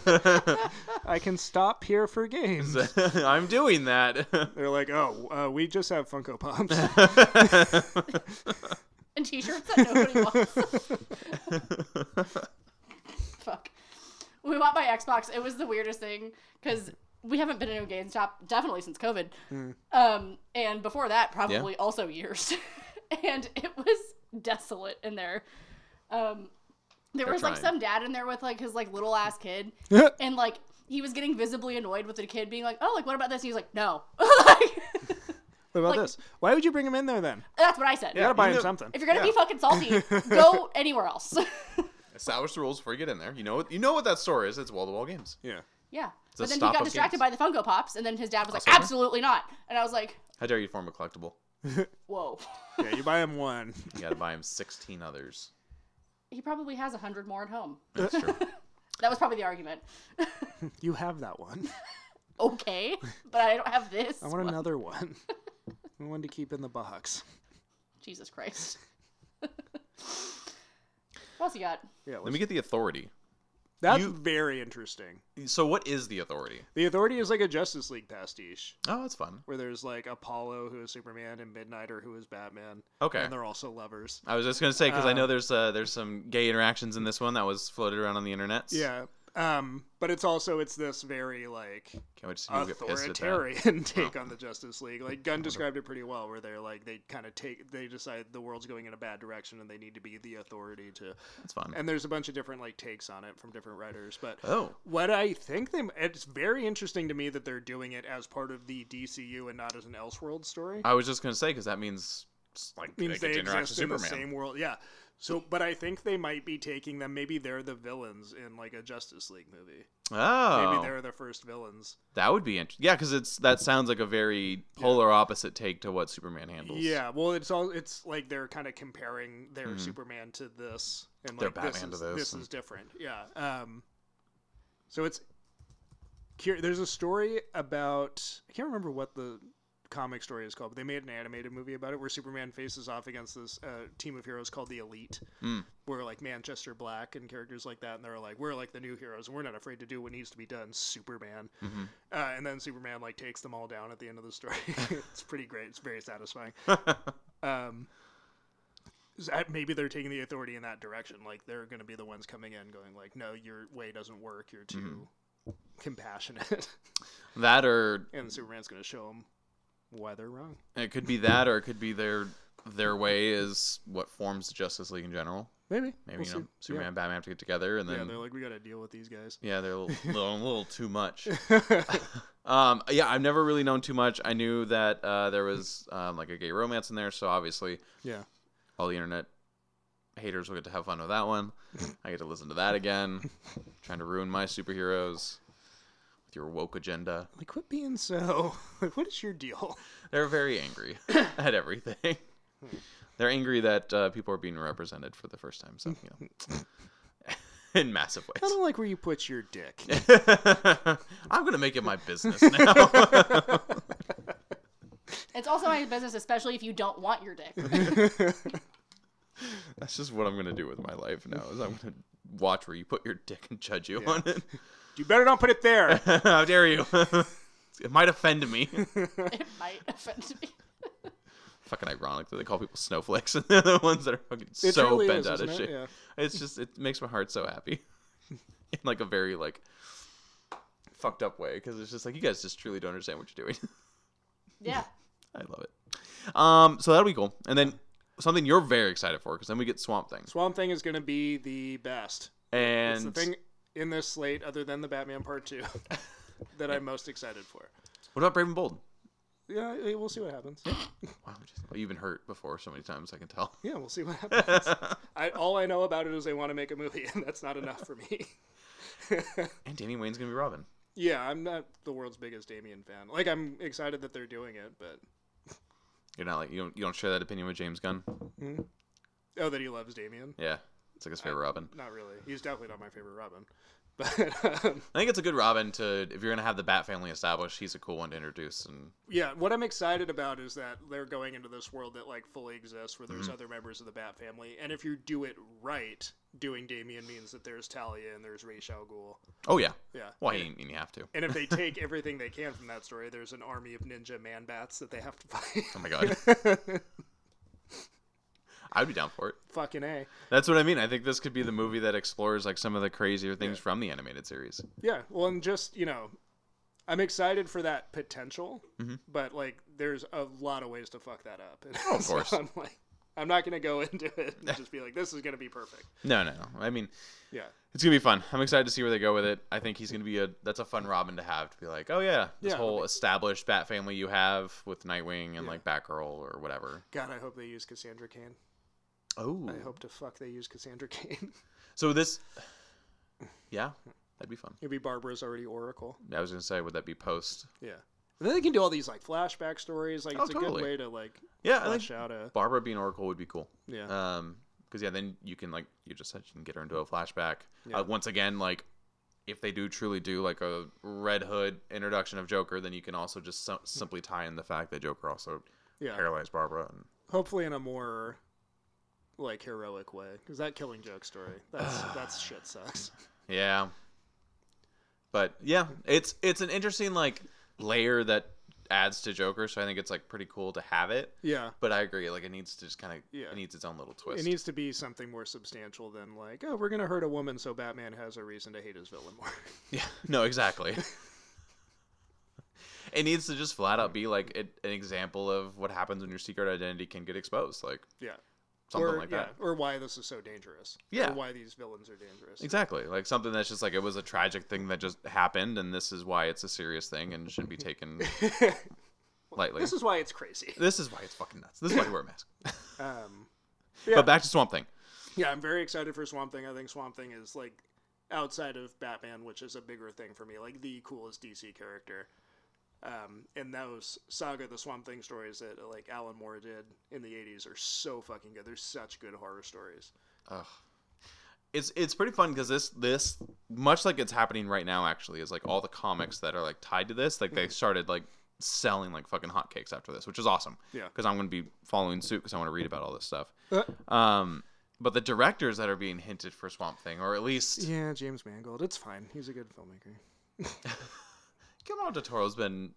"I can stop here for games."
I'm doing that. *laughs*
They're like, "Oh, uh, we just have Funko Pops." *laughs*
And t-shirts that nobody wants. Fuck. We bought my Xbox. It was the weirdest thing because we haven't been in a GameStop definitely since COVID, um, and before that probably also years. *laughs* and it was desolate in there. Um, there was like
trying.
some dad in there with like his like little ass kid, and like he was getting visibly annoyed with the kid being like, "Oh, like what about this?" And he was like, "No." *laughs* like, *laughs*
What about
Like-
this? Why would you bring him in there then?
that's what I said.
You gotta buy
you
him
know-
something.
If you're gonna be
*laughs*
fucking salty, go anywhere else.
Establish the rules before you get in there. You know, you know what that store is. It's wall to wall games.
yeah.
*laughs* Yeah.
a
But then he
stop
got
of
distracted by the Funko Pops, and then his dad was like,
Also-
absolutely not. And I was like,
How dare you form a collectible?
whoa. *laughs*
Yeah, you buy him one. *laughs*
You gotta buy him 16 others.
He probably has a 100 more at home.
That's true.
That was probably the argument.
You have that one.
*laughs*
Okay, but I don't have this.
I want
one.
another one. *laughs* I want to keep in the box.
Jesus Christ. *laughs* what else you got?
Yeah,
*laughs* Let me get the authority.
that's
you-
very interesting.
So, what is the authority?
The Authority is like a Justice League pastiche,
Oh, that's fun.
where there's like Apollo who is Superman and Midnighter who is Batman.
Okay.
and they're also lovers.
I was just gonna say because I know
Um,
there's uh, there's some gay interactions in this one that was floated around on the internet.
Yeah, um, but it's also it's this very like
Can't wait to see you get pissed at that. Oh.
authoritarian *laughs* take on the Justice League. Like Gunn described it pretty well, where they're like they kind of take they decide the world's going in a bad direction and they need to be the authority to.
That's fun.
And there's a bunch of different like takes on it from different writers, but
oh,
what I think they it's very interesting to me that they're doing it as part of the DCU and not as an Elseworld story.
I was just gonna say because that means s- like
means
they get
they
to interact with
exist in the
Superman.
same world. Yeah. So, but I think they might be taking them. Maybe they're the villains in like a Justice League movie. Maybe
Oh,
they're the first villains.
that would be interesting. Yeah, because it's that sounds like a very polar opposite take to what Superman handles.
Yeah. Well, it's all. It's like they're kind of comparing their
Mm-hmm.
Superman to this, and
Their
like this
Batman to
is,
this,
This
and-
is different. Yeah. Um. So it's. cur- There's a story about I can't remember what the comic story is called, but they made an animated movie about it where Superman faces off against this uh, team of heroes called the Elite,
Hmm.
where like Manchester Black and characters like that, and they're like, we're like the new heroes, and we're not afraid to do what needs to be done, Superman.
Mm-hmm.
Uh, and then Superman like takes them all down at the end of the story. *laughs* it's pretty great. It's
*laughs*
very satisfying. um, is that- maybe they're taking the authority in that direction. Like they're going to be the ones coming in, going like, no, your way doesn't work. You're too Mm-hmm. compassionate, *laughs*
that or
and Superman's going to show them why they're wrong.
it could be that or it could be their their way is what forms the Justice League in general.
Maybe.
Maybe
We'll
you know
see.
Superman and Batman have to get together and
Yeah.
then
yeah, they're like, we got to deal with these guys. *laughs*
Yeah, they're a little, little, little too much. um, yeah, I've never really known too much. I knew that uh, there was um, like a gay romance in there, so obviously
Yeah.
all the internet haters will get to have fun with that one. I get to listen to that again. Trying to ruin my superheroes with your woke agenda.
Like, quit being so. *laughs* Like, what is your deal?
They're very angry at everything. They're angry that uh, people are being represented for the first time. So, you know, *laughs* in massive
*laughs* I
ways.
don't like where you put your dick.
I'm going to make it my business now.
It's also my business, especially if you don't want
*laughs*
your dick. *laughs*
That's just what I'm going to do with my life now is I'm going to watch where you put your dick and judge you
Yeah.
on it.
*laughs*
*laughs*
You better not put it there.
How dare you? *laughs* it might offend me. *laughs*
it might offend me.
fucking ironic that they call people snowflakes *laughs* and they're the ones that are fucking
It
so
really
bent
is,
out of
isn't
shape.
it? Yeah.
It's just it makes my heart so happy, *laughs* in like a very like fucked up way because it's just like you guys just truly don't understand what you're doing. *laughs*
Yeah.
I love it. Um, so that'll be cool. And then something you're very excited for because then we get Swamp Thing
Swamp Thing is going to be the best.
and
It's the thing in this slate, other than the Batman Part 2, *laughs* that I'm most excited for.
what about Brave and Bold?
Yeah, eh, we'll see what happens.
Wow, just- oh, you've been hurt before so many times I can tell.
Yeah, we'll see
*laughs*
what happens. I, all I know about it is they want to make a movie, *laughs* and that's not enough for me. *laughs*
And Danny Wayne's gonna be Robin.
Yeah, I'm not the world's biggest Damien fan. Like, I'm excited that they're doing it, but
You're not like you don't you don't share that opinion with James Gunn.
oh, that he loves Damien.
Yeah, it's like his favorite Robin.
Not really. He's definitely not my favorite Robin. *laughs* But um,
I think it's a good Robin to if you're gonna have the Bat family established, he's a cool one to introduce and
yeah, what I'm excited about is that they're going into this world that like fully exists, where
Mm-hmm.
there's other members of the Bat family, and if you do it right, doing Damien means that there's Talia and there's Ra's al Ghul.
Oh yeah.
Yeah.
Well, you, you have to.
And if they take everything they can from that story, there's an army of ninja man bats that they have to *laughs* fight.
Oh my god. *laughs* I would be down for it.
Fucking a.
That's what I mean. I think this could be the movie that explores like some of the crazier things from the animated series.
Yeah, well, and just you know, I'm excited for that potential,
Mm-hmm.
but like, there's a lot of ways to fuck that up. *laughs* Oh,
of course.
I'm like, I'm not gonna go *laughs* into it and just be like, this is gonna be perfect.
No, no, no. I mean,
Yeah,
it's gonna be fun. I'm excited to see where they go with it. I think he's gonna be a that's a fun Robin to have to be like, oh yeah, this
Yeah,
whole
it'll be-
established Bat family you have with Nightwing and like Batgirl or whatever.
God, I hope they use Cassandra Kane.
Oh,
I hope to fuck they use Cassandra *laughs* Kane.
so this, yeah, that'd be fun.
It'd be Barbara's already Oracle.
I was gonna say, would that be post?
Yeah. And then they can do all these like flashback stories. Like
Oh,
it's a
totally.
good way to like
Yeah, I
flesh
think
out a
Barbara being Oracle would be cool.
yeah.
Um, because yeah, then you can like you just said you can get her into a flashback.
Yeah.
Uh, once again, like if they do truly do like a Red Hood introduction of Joker, then you can also just sim- simply tie in the fact that Joker also
yeah.
paralyzed Barbara. And...
Hopefully in a more like heroic way, because that killing joke story
*sighs*
that's that's shit sucks.
Yeah, but yeah, it's it's an interesting like layer that adds to Joker. So I think it's like pretty cool to have it.
Yeah.
But I agree, like it needs to just kind of
Yeah.
it needs its own little twist.
It needs to be something more substantial than like, oh, we're gonna hurt a woman, so Batman has a reason to hate his villain more. *laughs*
Yeah. *laughs* No, exactly. it needs to just flat out be like it, an example of what happens when your secret identity can get exposed, like
yeah,
something
or,
like
yeah,
that.
or why this is so dangerous.
Yeah.
or why these villains are dangerous.
Exactly. Like something that's just like it was a tragic thing that just happened and this is why it's a serious thing and
*laughs*
should be taken lightly.
This is why it's crazy.
This is why it's fucking nuts. This is why you wear a mask.
*laughs* Um, *laughs* Yeah.
But back to Swamp Thing.
yeah, I'm very excited for Swamp Thing. I think Swamp Thing is like outside of Batman, which is a bigger thing for me, like the coolest DC character. Um, and those saga, the Swamp Thing stories that uh, like Alan Moore did in the '80s are so fucking good. They're such good horror stories.
it's it's pretty fun because this this much like it's happening right now actually is like all the comics that are like tied to this
Mm.
like they started like selling like fucking hotcakes after this which is awesome
Yeah.
because i'm gonna be following suit because i want to read about all this stuff
Uh,
um but the directors that are being hinted for swamp thing or at least
yeah, James Mangold. It's fine. He's a good filmmaker.
guillermo del toro's been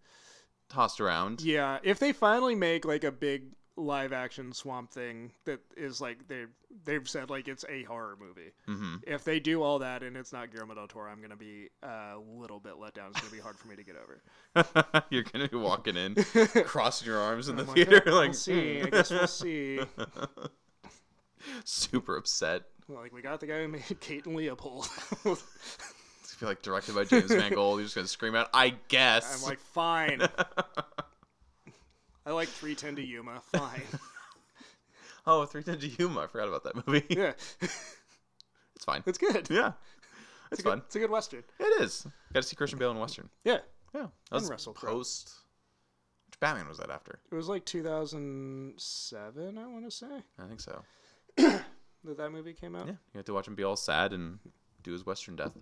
tossed around
Yeah, if they finally make like a big live action swamp thing that is like they they've said like it's a horror movie.
hmm
If they do all that and it's not Guillermo del Toro, I'm gonna be a little bit let down. It's gonna be hard for me to get over.
*laughs* you're gonna be walking
*laughs*
in crossing your arms in *laughs* the
I'm like,
theater
"Oh,
like mm.
we'll see. I guess
*laughs*
we'll see.
super upset
Well, like we got the guy who made Kate and Leopold. *laughs*
It's gonna be like directed by james mangold you're just gonna scream out i guess
I'm like,
*laughs*
fine. I like 310 to Yuma. Fine.
Oh, Three Ten to Yuma. I forgot about that movie.
*laughs*
*laughs*
Yeah, *laughs*
It's fine.
it's good.
yeah, it's
it's a good,
fun.
It's a good western.
It is. Got to see Christian Bale in Western.
Yeah,
Yeah, that was
Russell Crowe.
post. Which Batman was that after?
it was like 2007, I want to say,
I think so.
that that movie came out.
Yeah, you have to watch him be all sad and do his Western death.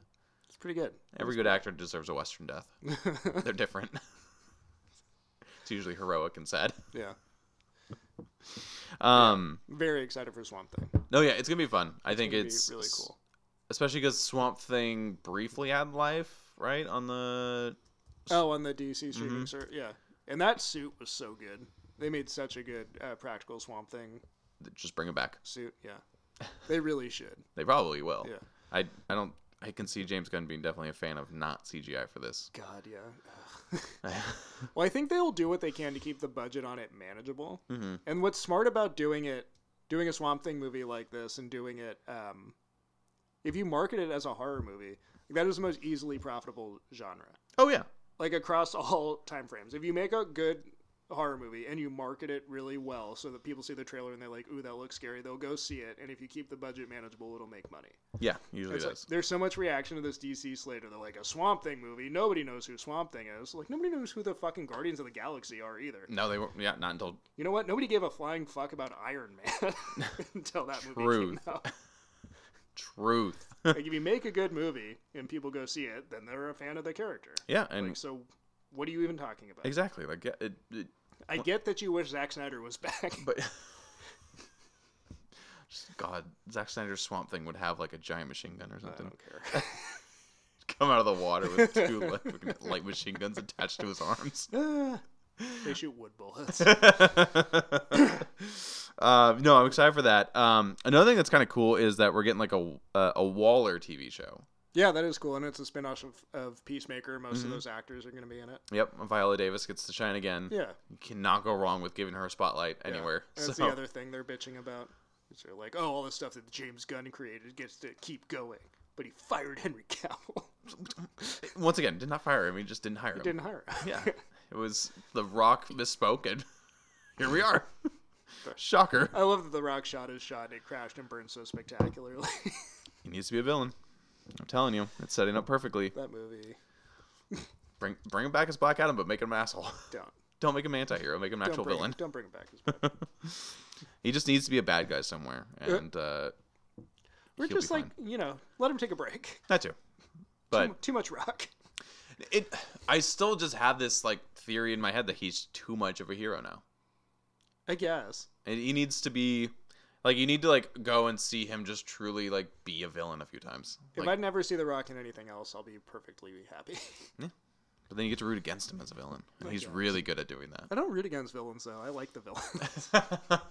It's pretty good.
Every good actor deserves a Western
*laughs*
death. They're different. it's usually heroic and sad.
Yeah,
Um,
very excited for Swamp Thing.
no, yeah, it's gonna be fun. I think
It'd be
it's
really cool.
especially because Swamp Thing briefly had life, right? On the
Oh, on the DC streaming ser- yeah. And that suit was so good. They made such a good uh, practical Swamp Thing
just bring it back.
suit. *laughs* Yeah, they really should.
They probably will.
Yeah.
I I don't. I can see James Gunn being definitely a fan of not CGI for this.
God, yeah. Ugh. well, I think they'll do what they can to keep the budget on it manageable. *laughs* Mm-hmm. And what's smart about doing it, doing a Swamp Thing movie like this, and doing it, um, if you market it as a horror movie, that is the most easily profitable genre.
Oh yeah,
like across *laughs* all time frames. If you make a good horror movie and you market it really well so that people see the trailer and they're like, ooh, that looks scary, they'll go see it. And if you keep the budget manageable, it'll make money.
yeah, usually
It's like,
does.
there's so much reaction to this DC Slater. They're like, a Swamp Thing movie. Nobody knows who Swamp Thing is. Like, nobody knows who the fucking Guardians of the Galaxy are either.
No, they weren't. Yeah, not until
You know what? Nobody gave a flying fuck about Iron Man *laughs* until that movie came
Truth.
out. *laughs*
Truth.
Like, if you make a good movie and people go see it, then they're a fan of the character.
yeah, and
Like, so what are you even talking about?
exactly. Like yeah, it, it,
I get that you wish Zack Snyder was back. *laughs*
but *laughs* just God, Zack Snyder's Swamp Thing would have like a giant machine gun or
I
something
don't care.
come out of the water with two like, *laughs* fucking light machine guns attached to his arms. *laughs*
they shoot wood bullets.
Uh, no, I'm excited for that. Um, another thing that's kind of cool is that we're getting like a uh, a Waller TV show.
yeah, that is cool, and it's a spinoff of, of Peacemaker. Most
Mm-hmm.
of those actors are going to be in it.
Yep, Viola Davis gets to shine again.
Yeah.
you cannot go wrong with giving her a spotlight
Yeah.
anywhere.
And That's
So-
the other thing they're bitching about. Is they're like, oh, all the stuff that James Gunn created gets to keep going, but he fired Henry Cavill. *laughs*
Once again, did not fire him. He just didn't hire him.
Didn't hire him. *laughs*
Yeah, it was The Rock misspoke, and *laughs* here we are. Shocker.
I love that the rock shot is shot and it crashed and burned so spectacularly. *laughs*
He needs to be a villain. I'm telling you, it's setting up perfectly.
that movie.
Bring bring him back as Black Adam, but make him an asshole. *laughs*
Don't.
Don't make him an anti-hero. Make him an
Don't
actual
bring,
villain.
Don't bring him back. He's bad.
He just needs to be a bad guy somewhere, and uh,
We're
He'll be
just like, you know, let him take a break.
that too. But
too, too much rock. *laughs*
it, I still just have this like theory in my head that he's too much of a hero now.
I guess.
And he needs to be like you need to like go and see him just truly like be a villain a few times.
If
Like,
I never see The Rock in anything else, I'll be perfectly happy. *laughs*
but then you get to root against him as a villain. And he's
guess.
really good at doing that.
I don't root against villains though. I like the villain.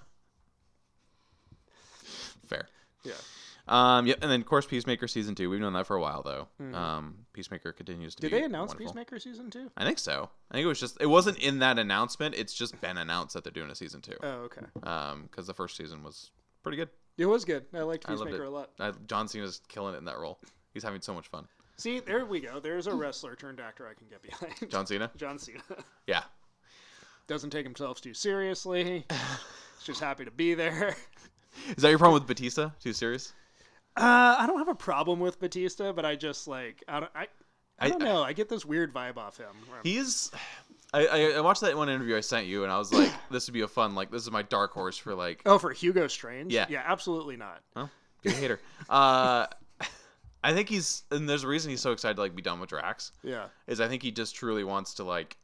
Fair.
*laughs* yeah. *laughs*
Um yeah, and then of course Peacemaker season 2. We've known that for a while though. Um Peacemaker continues to
Mm-hmm. Did
be
they announce
wonderful.
Peacemaker season two?
I think so. I think it was just it wasn't in that announcement. It's just been announced that they're doing a season 2.
Oh, okay.
Um cuz the first season was pretty good.
It was good. I liked
I loved
Peacemaker
it.
a lot.
Uh, John Cena's killing it in that role. He's having so much fun.
See, there we go. There's *laughs* a wrestler turned actor I can get behind.
John Cena?
*laughs* John Cena
Yeah.
doesn't take himself too *laughs* seriously. He's just happy to be there.
Is that your problem with Batista? Too serious?
*laughs* Uh, I don't have a problem with Batista, but I just like I don't I, I
I-
don't know. I get this weird vibe off him. where I'm-
He's. I, I, I watched that one interview I sent you, and I was *laughs* like, this would be a fun, like, this is my dark horse for, like,
oh, for Hugo Strange?
Yeah.
Yeah, absolutely not.
oh, be a hater. Uh, *laughs* I think he's, and there's a reason he's so excited to, like, be done with Drax,
Yeah.
is I think he just truly wants to, like,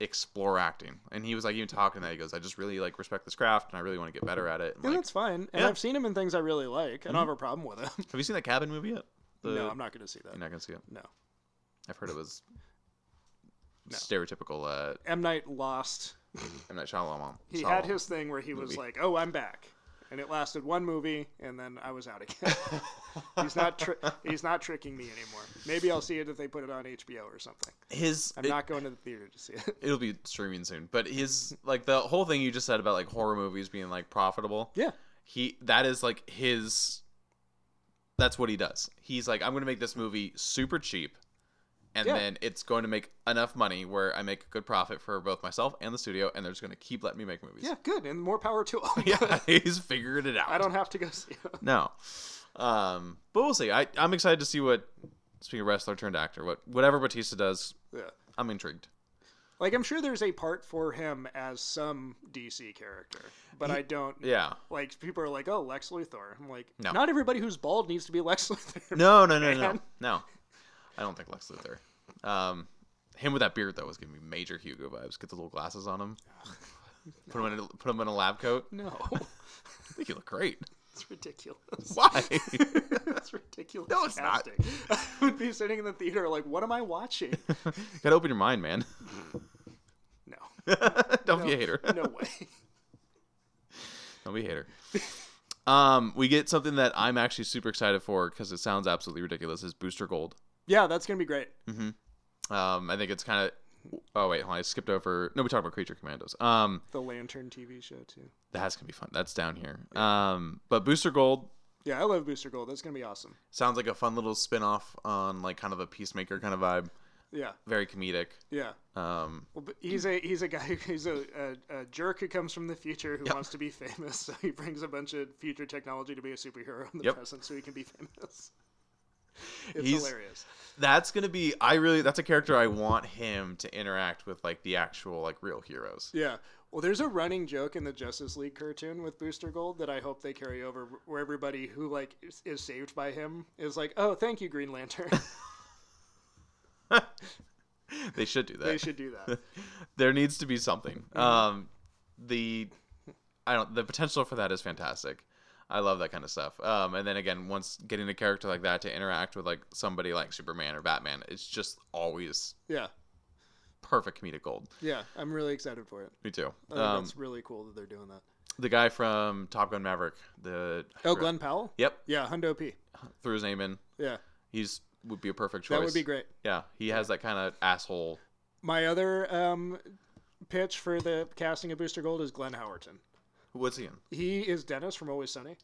explore acting. And he was, like, even talking that, he goes, I just really, like, respect this craft, and I really want to get better at it. And,
Yeah,
like,
that's fine. And
Yeah.
I've seen him in things I really like. I don't have a problem with him. *laughs*
have you seen that cabin movie yet? The-
no, I'm not going to see that.
You're not going to see it.
No.
I've heard it was stereotypical, uh,
M. Night lost.
I'm not Shyamalan.
He had
Shyamalan.
his thing where he was
movie.
like, oh, I'm back. And it lasted one movie, and then I was out again. *laughs* he's not tri- he's not tricking me anymore. Maybe I'll see it if they put it on HBO or something.
His.
I'm
it-
not going to the theater to see it.
it'll be streaming soon but his like the whole thing you just said about like horror movies being like profitable
yeah,
he that is like his that's what he does he's like i'm gonna make this movie super cheap and
Yeah.
then it's going to make enough money where I make a good profit for both myself and the studio, and they're just going to keep letting me make movies.
*laughs* Yeah, good, and more power to all.
*laughs* yeah, he's figured it out.
*laughs* I don't have to go see. It.
No. Um, but we'll see. I, I'm excited to see what speaking of wrestler turned actor, what whatever Batista does,
*laughs* Yeah.
I'm intrigued.
Like I'm sure there's a part for him as some DC character, but I don't.
Yeah.
Like people are like, oh, Lex Luthor. I'm like,
No.
not everybody who's bald needs to be Lex *laughs* Luthor.
No, no, no, no,
Man.
no. I don't think Lex Luthor. Um, him with that beard though was giving me major Hugo vibes. Get the little glasses on him. Put him in a, put him in a lab coat.
No, *laughs*
I think you look great. *laughs*
it's ridiculous.
Why?
*laughs* That's ridiculous.
No, it's not.
casting. *laughs* I would be sitting in the theater like, what am
*laughs*
I watching?
Gotta open your mind, man. *laughs*
No,
don't be a hater.
no way.
*laughs* Don't be a hater. Um, we get something that I'm actually super excited for because it sounds absolutely ridiculous. Is Booster Gold.
Yeah, that's gonna be great.
Mm. Um, I think it's kind of. Oh wait, hold on, I skipped over. No, we talked about Creature Commandos. Um,
The Lantern TV show too.
that's gonna be fun. That's down here. Um, but Booster Gold
Yeah, I love Booster Gold. That's gonna be awesome.
sounds like a fun little spin-off on like kind of a peacemaker kind of vibe.
Yeah,
Very comedic.
yeah.
Um,
Well, but he's a he's a guy *laughs* who- he's a, a, a jerk who comes from the future who wants to be famous. *laughs* So he brings a bunch of future technology to be a superhero in the
Yep.
present, so he can be famous. *laughs* It's
He's-
hilarious.
that's gonna be. I really. That's a character I want him to interact with like the actual like real heroes.
*laughs* Yeah. Well, there's a running joke in the Justice League cartoon with Booster Gold that I hope they carry over, where everybody who like is, is saved by him is like, "Oh, thank you, Green Lantern." *laughs*
They should do that.
they should Mm-hmm. do that.
*laughs* There needs to be something. Um, the I don't. The potential for that is fantastic. I love that kind of stuff. Um, and then again, once getting a character like that to interact with like somebody like Superman or Batman, it's just always
Yeah,
perfect comedic gold.
yeah. I'm really excited for it.
Me too.
I think
Um,
that's really cool that they're doing that.
the guy from Top Gun Maverick, the
Oh, Glenn Powell.
Yep,
Yeah, Hundo P.
threw his name in.
Yeah,
He's would be a perfect choice.
that would be great.
Yeah, he has that kind of asshole.
My other um, pitch for the casting of Booster Gold is Glenn Howerton.
What's he in?
He is Dennis from Always Sunny.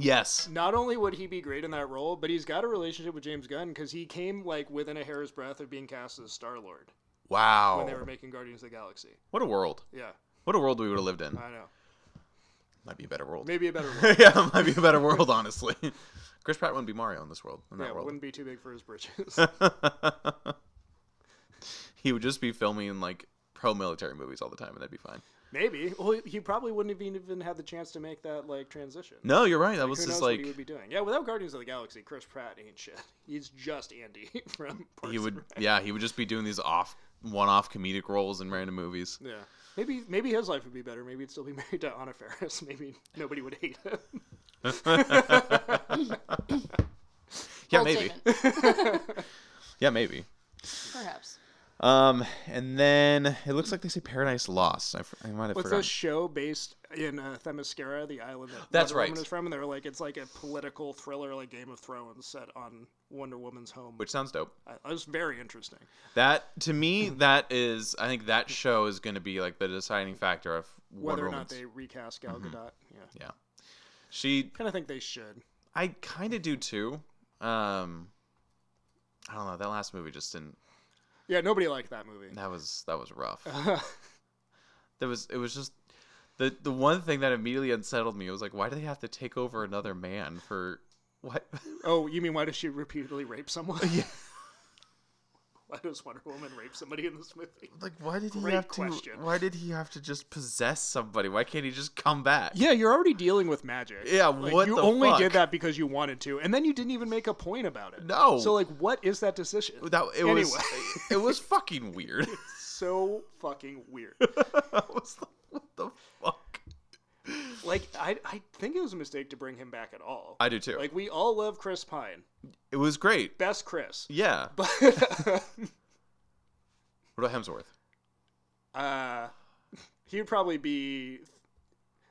Yes.
Not only would he be great in that role, but he's got a relationship with James Gunn because he came like within a hair's breadth of being cast as Star Lord
Wow.
when
Oh.
they were making Guardians of the Galaxy.
What a world.
Yeah,
What a world we would have lived in.
I know.
Might be a better world.
Uh, Maybe a better role.
*laughs* yeah, it might be a better world, honestly. *laughs* Chris Pratt wouldn't be Mario in this world. In
yeah,
that world.
wouldn't be too big for
*laughs*
his britches.
he would just be filming like pro military movies all the time and that'd be fine.
Maybe. Well, he probably wouldn't have even had the chance to make that like transition.
No, you're right. That was
Who
just
knows
like
what he would be doing? Yeah, without Guardians of the Galaxy, Chris Pratt ain't shit. He's just Andy *laughs* from. Parks
he
and
would
*laughs* Rec.
yeah, he would just be doing these off one off comedic roles in random movies.
Yeah. Maybe maybe his life would be better. Maybe he'd still be *laughs* married to Anna Faris. *laughs* Maybe nobody would hate him.
*laughs* Yeah,
Bold
maybe.
statement,
Yeah, maybe.
Perhaps.
Um, and then it looks like they say Paradise Lost. I, f- I might have
What's
forgotten.
this show based in uh, Themyscira, the island that
That's
Wonder Woman
right.
is from? And they're like, it's like a political thriller, like Game of Thrones, set on Wonder Woman's home.
Which sounds dope.
I, that was very interesting.
That to me, that is. I think that show is going to be like the deciding factor of
Whether
Wonder
or not
Woman's. Mm-hmm.
they recast Gal Gadot, yeah,
Yeah, she.
kind of think they should.
I kind of do too. Um, I don't know. That last movie just didn't.
Yeah, nobody liked that movie.
That was that was
*laughs*
rough. there was it was just the the one thing that immediately unsettled me was like, why do they have to take over another man for what?
Oh, you mean why does she repeatedly
*laughs*
rape someone? *laughs* why does Wonder Woman rape somebody in this movie?
Like, why did he
Great
have
question.
to? Why did he have to just possess somebody? Why can't he just come back?
Yeah, you're already dealing with magic.
Yeah,
like,
what
you
the
only
fuck?
did that because you wanted to, and then you didn't even make a point about it.
No.
So like, what is that decision?
That it was *laughs*
Anyway. *laughs*
it was fucking weird. *laughs*
so fucking weird.
I was like, what the fuck?
like, I I think it was a mistake to bring him back at all.
I do too.
Like, we all love Chris Pine,
it was great.
best Chris.
Yeah.
*laughs* But
What about Hemsworth?
uh, he'd probably be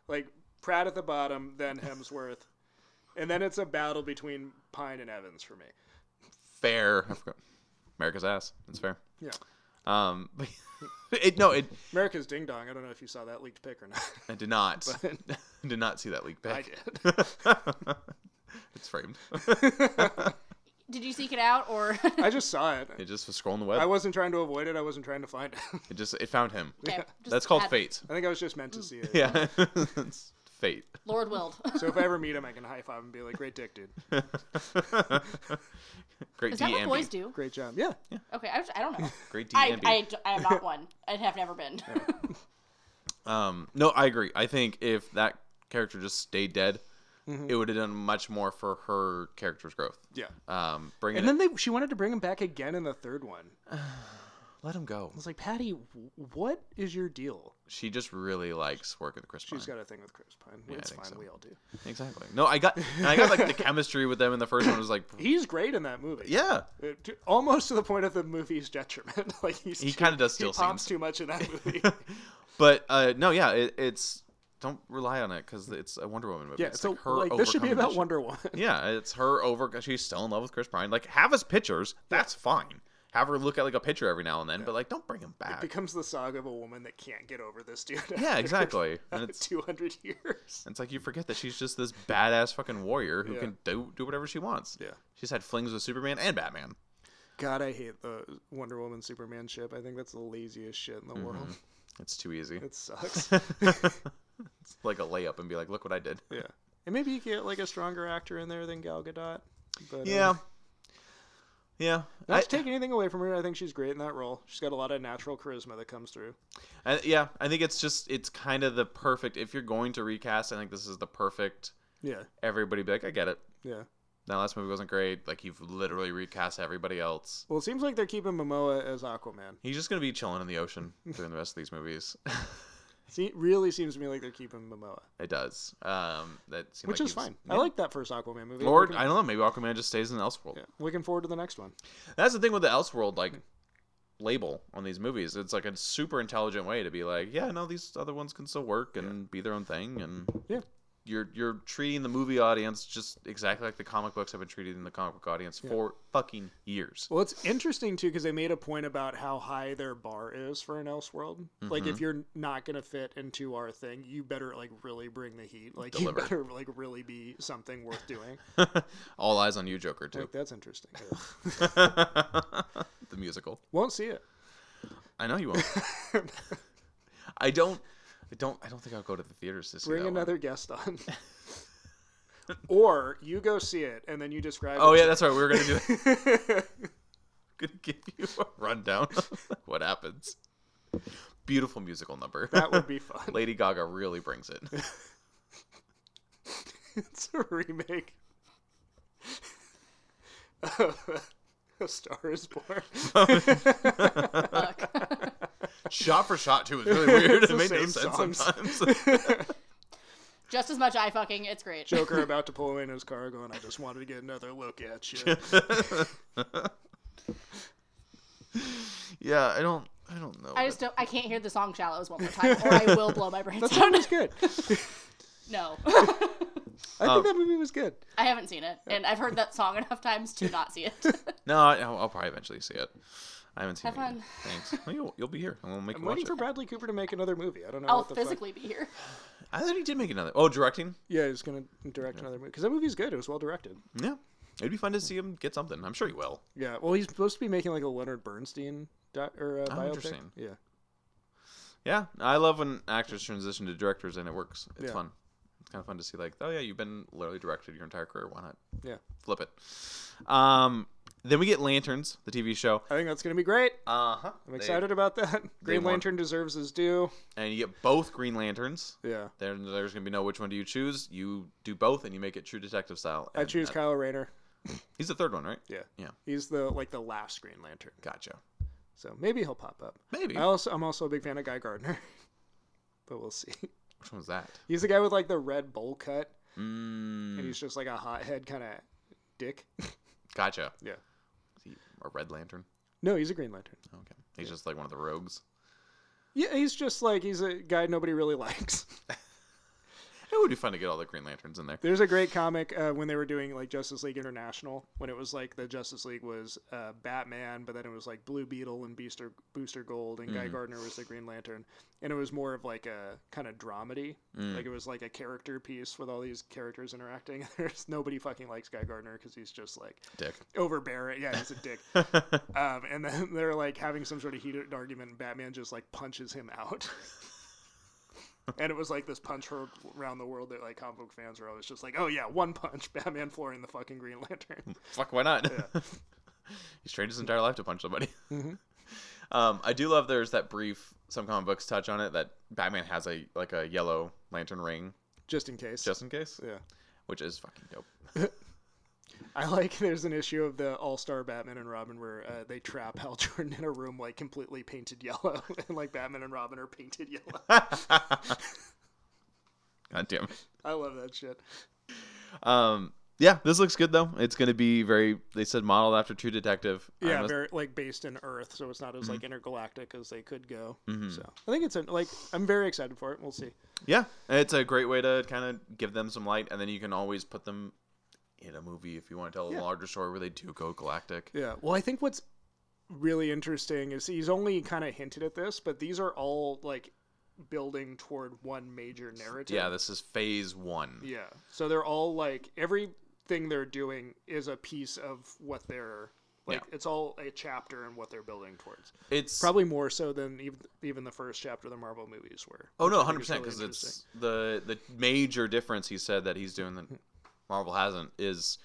like Pratt at the bottom, then Hemsworth, and then it's a battle between Pine and Evans for me.
Fair. I forgot. America's ass. It's fair.
Yeah.
Um, but *laughs* it no, it
America's Ding Dong. I don't know if you saw that leaked pic or not.
I did not
*laughs* But-
*laughs* did not see that leak
I
back.
did.
it's framed.
Did you seek it out or? *laughs*
I just saw it.
It just was scrolling the
I
web.
wasn't trying to avoid it. I wasn't trying to find it. *laughs*
It just it found him.
Okay, just
That's called
have-
fate.
I think I was just meant to see it.
Yeah, *laughs* it's fate.
Lord willed.
*laughs*
So if I ever meet him, I can high five and be like, "Great dick, dude.
Great
Is that what
DMB.
boys do?
Great job." Yeah.
Okay, I, I don't know.
Great
I,
DMB.
I, I am not one. I have never been.
Um, no, I agree. I think if that character just stayed dead,
Mm-hmm.
it would have done much more for her character's growth.
Yeah.
Um, bringing
And
it,
then they she wanted to bring him back again in the third one. I
let him go.
was like, "Patty, w- what is your deal?"
She just really likes working with Chris
She's
Pine.
got a thing with Chris Pine. it's
think
fine.
so.
We all do.
Exactly. No, I got and I got like
*laughs*
the chemistry with them in the first one was like,
He's great in that movie.
yeah,
Uh, to- almost to the point of the movie's detriment. *laughs* like he's
he
too-
kind of does
he
steal
pops
scenes.
too much
*laughs*
in that movie.
But uh, no, yeah, it, it's don't rely on it because it's a Wonder Woman movie.
yeah,
it's
so
like her
like this should be
overcoming
about
this shit. *laughs*
Wonder Woman.
Yeah, it's her over. She's still in love with Chris Pine. Like, have his pictures. That's fine. Have her look at like a picture every now and then, but like, don't bring him back.
Becomes the saga of a woman that can't get over this dude.
yeah, exactly. And it's
*laughs* Two hundred years.
it's like you forget that she's just this badass fucking warrior who
Yeah.
can do do whatever she wants.
Yeah.
she's had flings with Superman and Batman.
God, I hate the Wonder Woman Superman ship. I think that's the laziest shit
Mm-hmm.
in the world. *laughs*
It's too easy. *laughs*
It *laughs* sucks.
It's like a layup and be like, look what I did.
yeah, and maybe you get like a stronger actor in there than Gal Gadot. But, uh,
Yeah, yeah.
not
I,
to take anything away from her. I think she's great in that role. She's got a lot of natural charisma that comes through.
I- yeah, I think it's just it's kind of the perfect. If you're going to recast, I think this is the perfect.
Yeah,
Everybody be like, I get it.
yeah.
That last movie wasn't great. Like you've literally recast everybody else.
Well, it seems like they're keeping Momoa as Aquaman.
He's just gonna be chilling in the
*laughs*
ocean during the rest of these movies. *laughs*
See, really seems to me like they're keeping Momoa,
it does. Um, that seemed
which
like
is
he was-
fine.
Yeah.
I like that first Aquaman movie.
Or
looking,
I don't know. Maybe Aquaman just stays in Elseworld.
yeah, looking forward to the next one.
That's the thing with the Elseworld like label on these movies. It's like a super intelligent way to be like, yeah, no, these other ones can still work and be their own thing. And
Yeah,
you're you're treating the movie audience just exactly like the comic books have been treated in the comic book audience for fucking years.
Well, it's interesting too because they made a point about how high their bar is for an Elseworld. Like,
Mm-hmm.
if you're not gonna fit into our thing, you better like really bring the heat. Like,
Deliver.
you better like really be something worth
*laughs*
doing.
All eyes on you, Joker, too.
like, that's interesting. Ugh.
*laughs* the musical.
Won't see it.
I know you won't.
*laughs*
I don't. I don't. I don't think I'll go to the theaters to see
Bring
that one.
another guest
*laughs*
on. or you go see it and then you describe.
Oh
it
yeah, that's right. We were gonna do. *laughs* gonna give you a rundown of what happens. Beautiful musical number. *laughs*
*laughs* That would be fun. *laughs*
Lady Gaga really brings it.
it's a remake. *laughs* of a Star is Born.
Fuck.
shot for shot too is really weird.
*laughs* It's
it
the
made no
same
sense
songs. *laughs*
sometimes.
*laughs* Just as much eye fucking. It's great.
Joker about to pull away in his car, going, "I just wanted to get another look at
*laughs*
you."
yeah, I don't. I don't know.
I
but-
just don't. I can't hear the song "Shallows" one more time, or I will blow my brains out.
It's good.
no, *laughs*
I
Um,
think that movie was good.
I haven't seen it, and I've heard that song enough times to not see it.
no, *laughs* I, I'll, I'll probably eventually see it. I haven't seen
Have
it. yet.
fun.
Thanks. Well, you'll, you'll be here. and we'll make
I'm
you watch
waiting
it.
for Bradley Cooper to make another movie. I don't know
I'll
what the fuck.
physically be here.
I thought he did make another. Oh, directing.
Yeah, he's gonna direct another movie because that movie's good. It was well directed.
Yeah, it'd be fun to see him get something. I'm sure he will.
Yeah. Well, he's supposed to be making like a Leonard Bernstein doc- or uh, biopic.
Oh, interesting.
Yeah.
Yeah, I love when actors transition to directors and it works. It's
Yeah.
fun. It's kind of fun to see like, oh yeah, you've been literally directed your entire career. Why not
Yeah.
flip it? Um, then we get Lanterns, the TV show.
I think that's gonna be great.
Uh huh.
I'm excited
*laughs*
about that. Green
won.
Lantern deserves his due.
and you get both Green Lanterns.
Yeah.
Then there's gonna be no which one do you choose. You do both, and you make it True Detective style.
I
and
choose
that-
Kylo Rayner.
He's the third one, right?
Yeah.
Yeah.
He's the like the last Green Lantern,
Gotcha.
so maybe he'll pop up.
Maybe.
I also I'm also a big fan of Guy Gardner, *laughs* but we'll see.
Which one was that?
He's the guy with like the red bowl cut,
Mm,
and he's just like a hothead kind of dick. *laughs*
gotcha.
Yeah.
Is he a Red Lantern?
No, he's a Green Lantern.
Okay. He's just like one of the rogues.
*laughs* Yeah, he's just like he's a guy nobody really likes.
It would be fun to get all the Green Lanterns in there.
There's a great comic uh, when they were doing like Justice League International when it was like the Justice League was uh, Batman, but then it was like Blue Beetle and Booster Booster Gold and Guy Gardner was the Green Lantern, and it was more of like a kind of dramedy. Like it was like a character piece with all these characters interacting. *laughs* There's nobody fucking likes Guy Gardner because he's just like
Dick.
overbearing. Yeah, he's a dick. um, and then *laughs* they're like having some sort of heated argument, and Batman just like punches him out. *laughs* and it was like this punch heard around the world that like comic book fans are always just like, oh yeah, one punch, *laughs* Batman flooring the fucking Green Lantern.
Fuck, why not? *laughs* He's trained his entire life to punch
*laughs*
somebody.
Mm-hmm.
*laughs* Um, I do love there's that brief some comic books touch on it that Batman has a like a yellow lantern ring
just in case.
just in case,
yeah.
which is fucking dope.
I like *laughs* there's an issue of the All Star Batman and Robin where uh, they trap Hal *laughs* Jordan in a room like completely painted yellow, *laughs* and like Batman and Robin are painted yellow. *laughs*
God damn. it.
I love that shit.
Um, yeah, this looks good though. It's gonna be very. They said modeled after True Detective. I
Yeah,
must-
very like based in Earth, so it's not as like intergalactic as they could go. So I think it's a, like I'm very excited for it. We'll see.
yeah. and It's a great way to kind of give them some light, and then you can always put them in a movie if you want to tell a larger story where they do go galactic.
Yeah. Well, I think what's really interesting is he's only kind of hinted at this, but these are all like building toward one major narrative.
Yeah, this is Phase One.
Yeah. So they're all like everything they're doing is a piece of what they're like.
Yeah.
It's all a chapter in what they're building towards.
It's
Probably more so than even even the first chapter of the Marvel movies were.
Oh no,
which I
hundred
think is
percent.
really
Because
interesting.
it's the the major difference he said that he's doing that Marvel hasn't is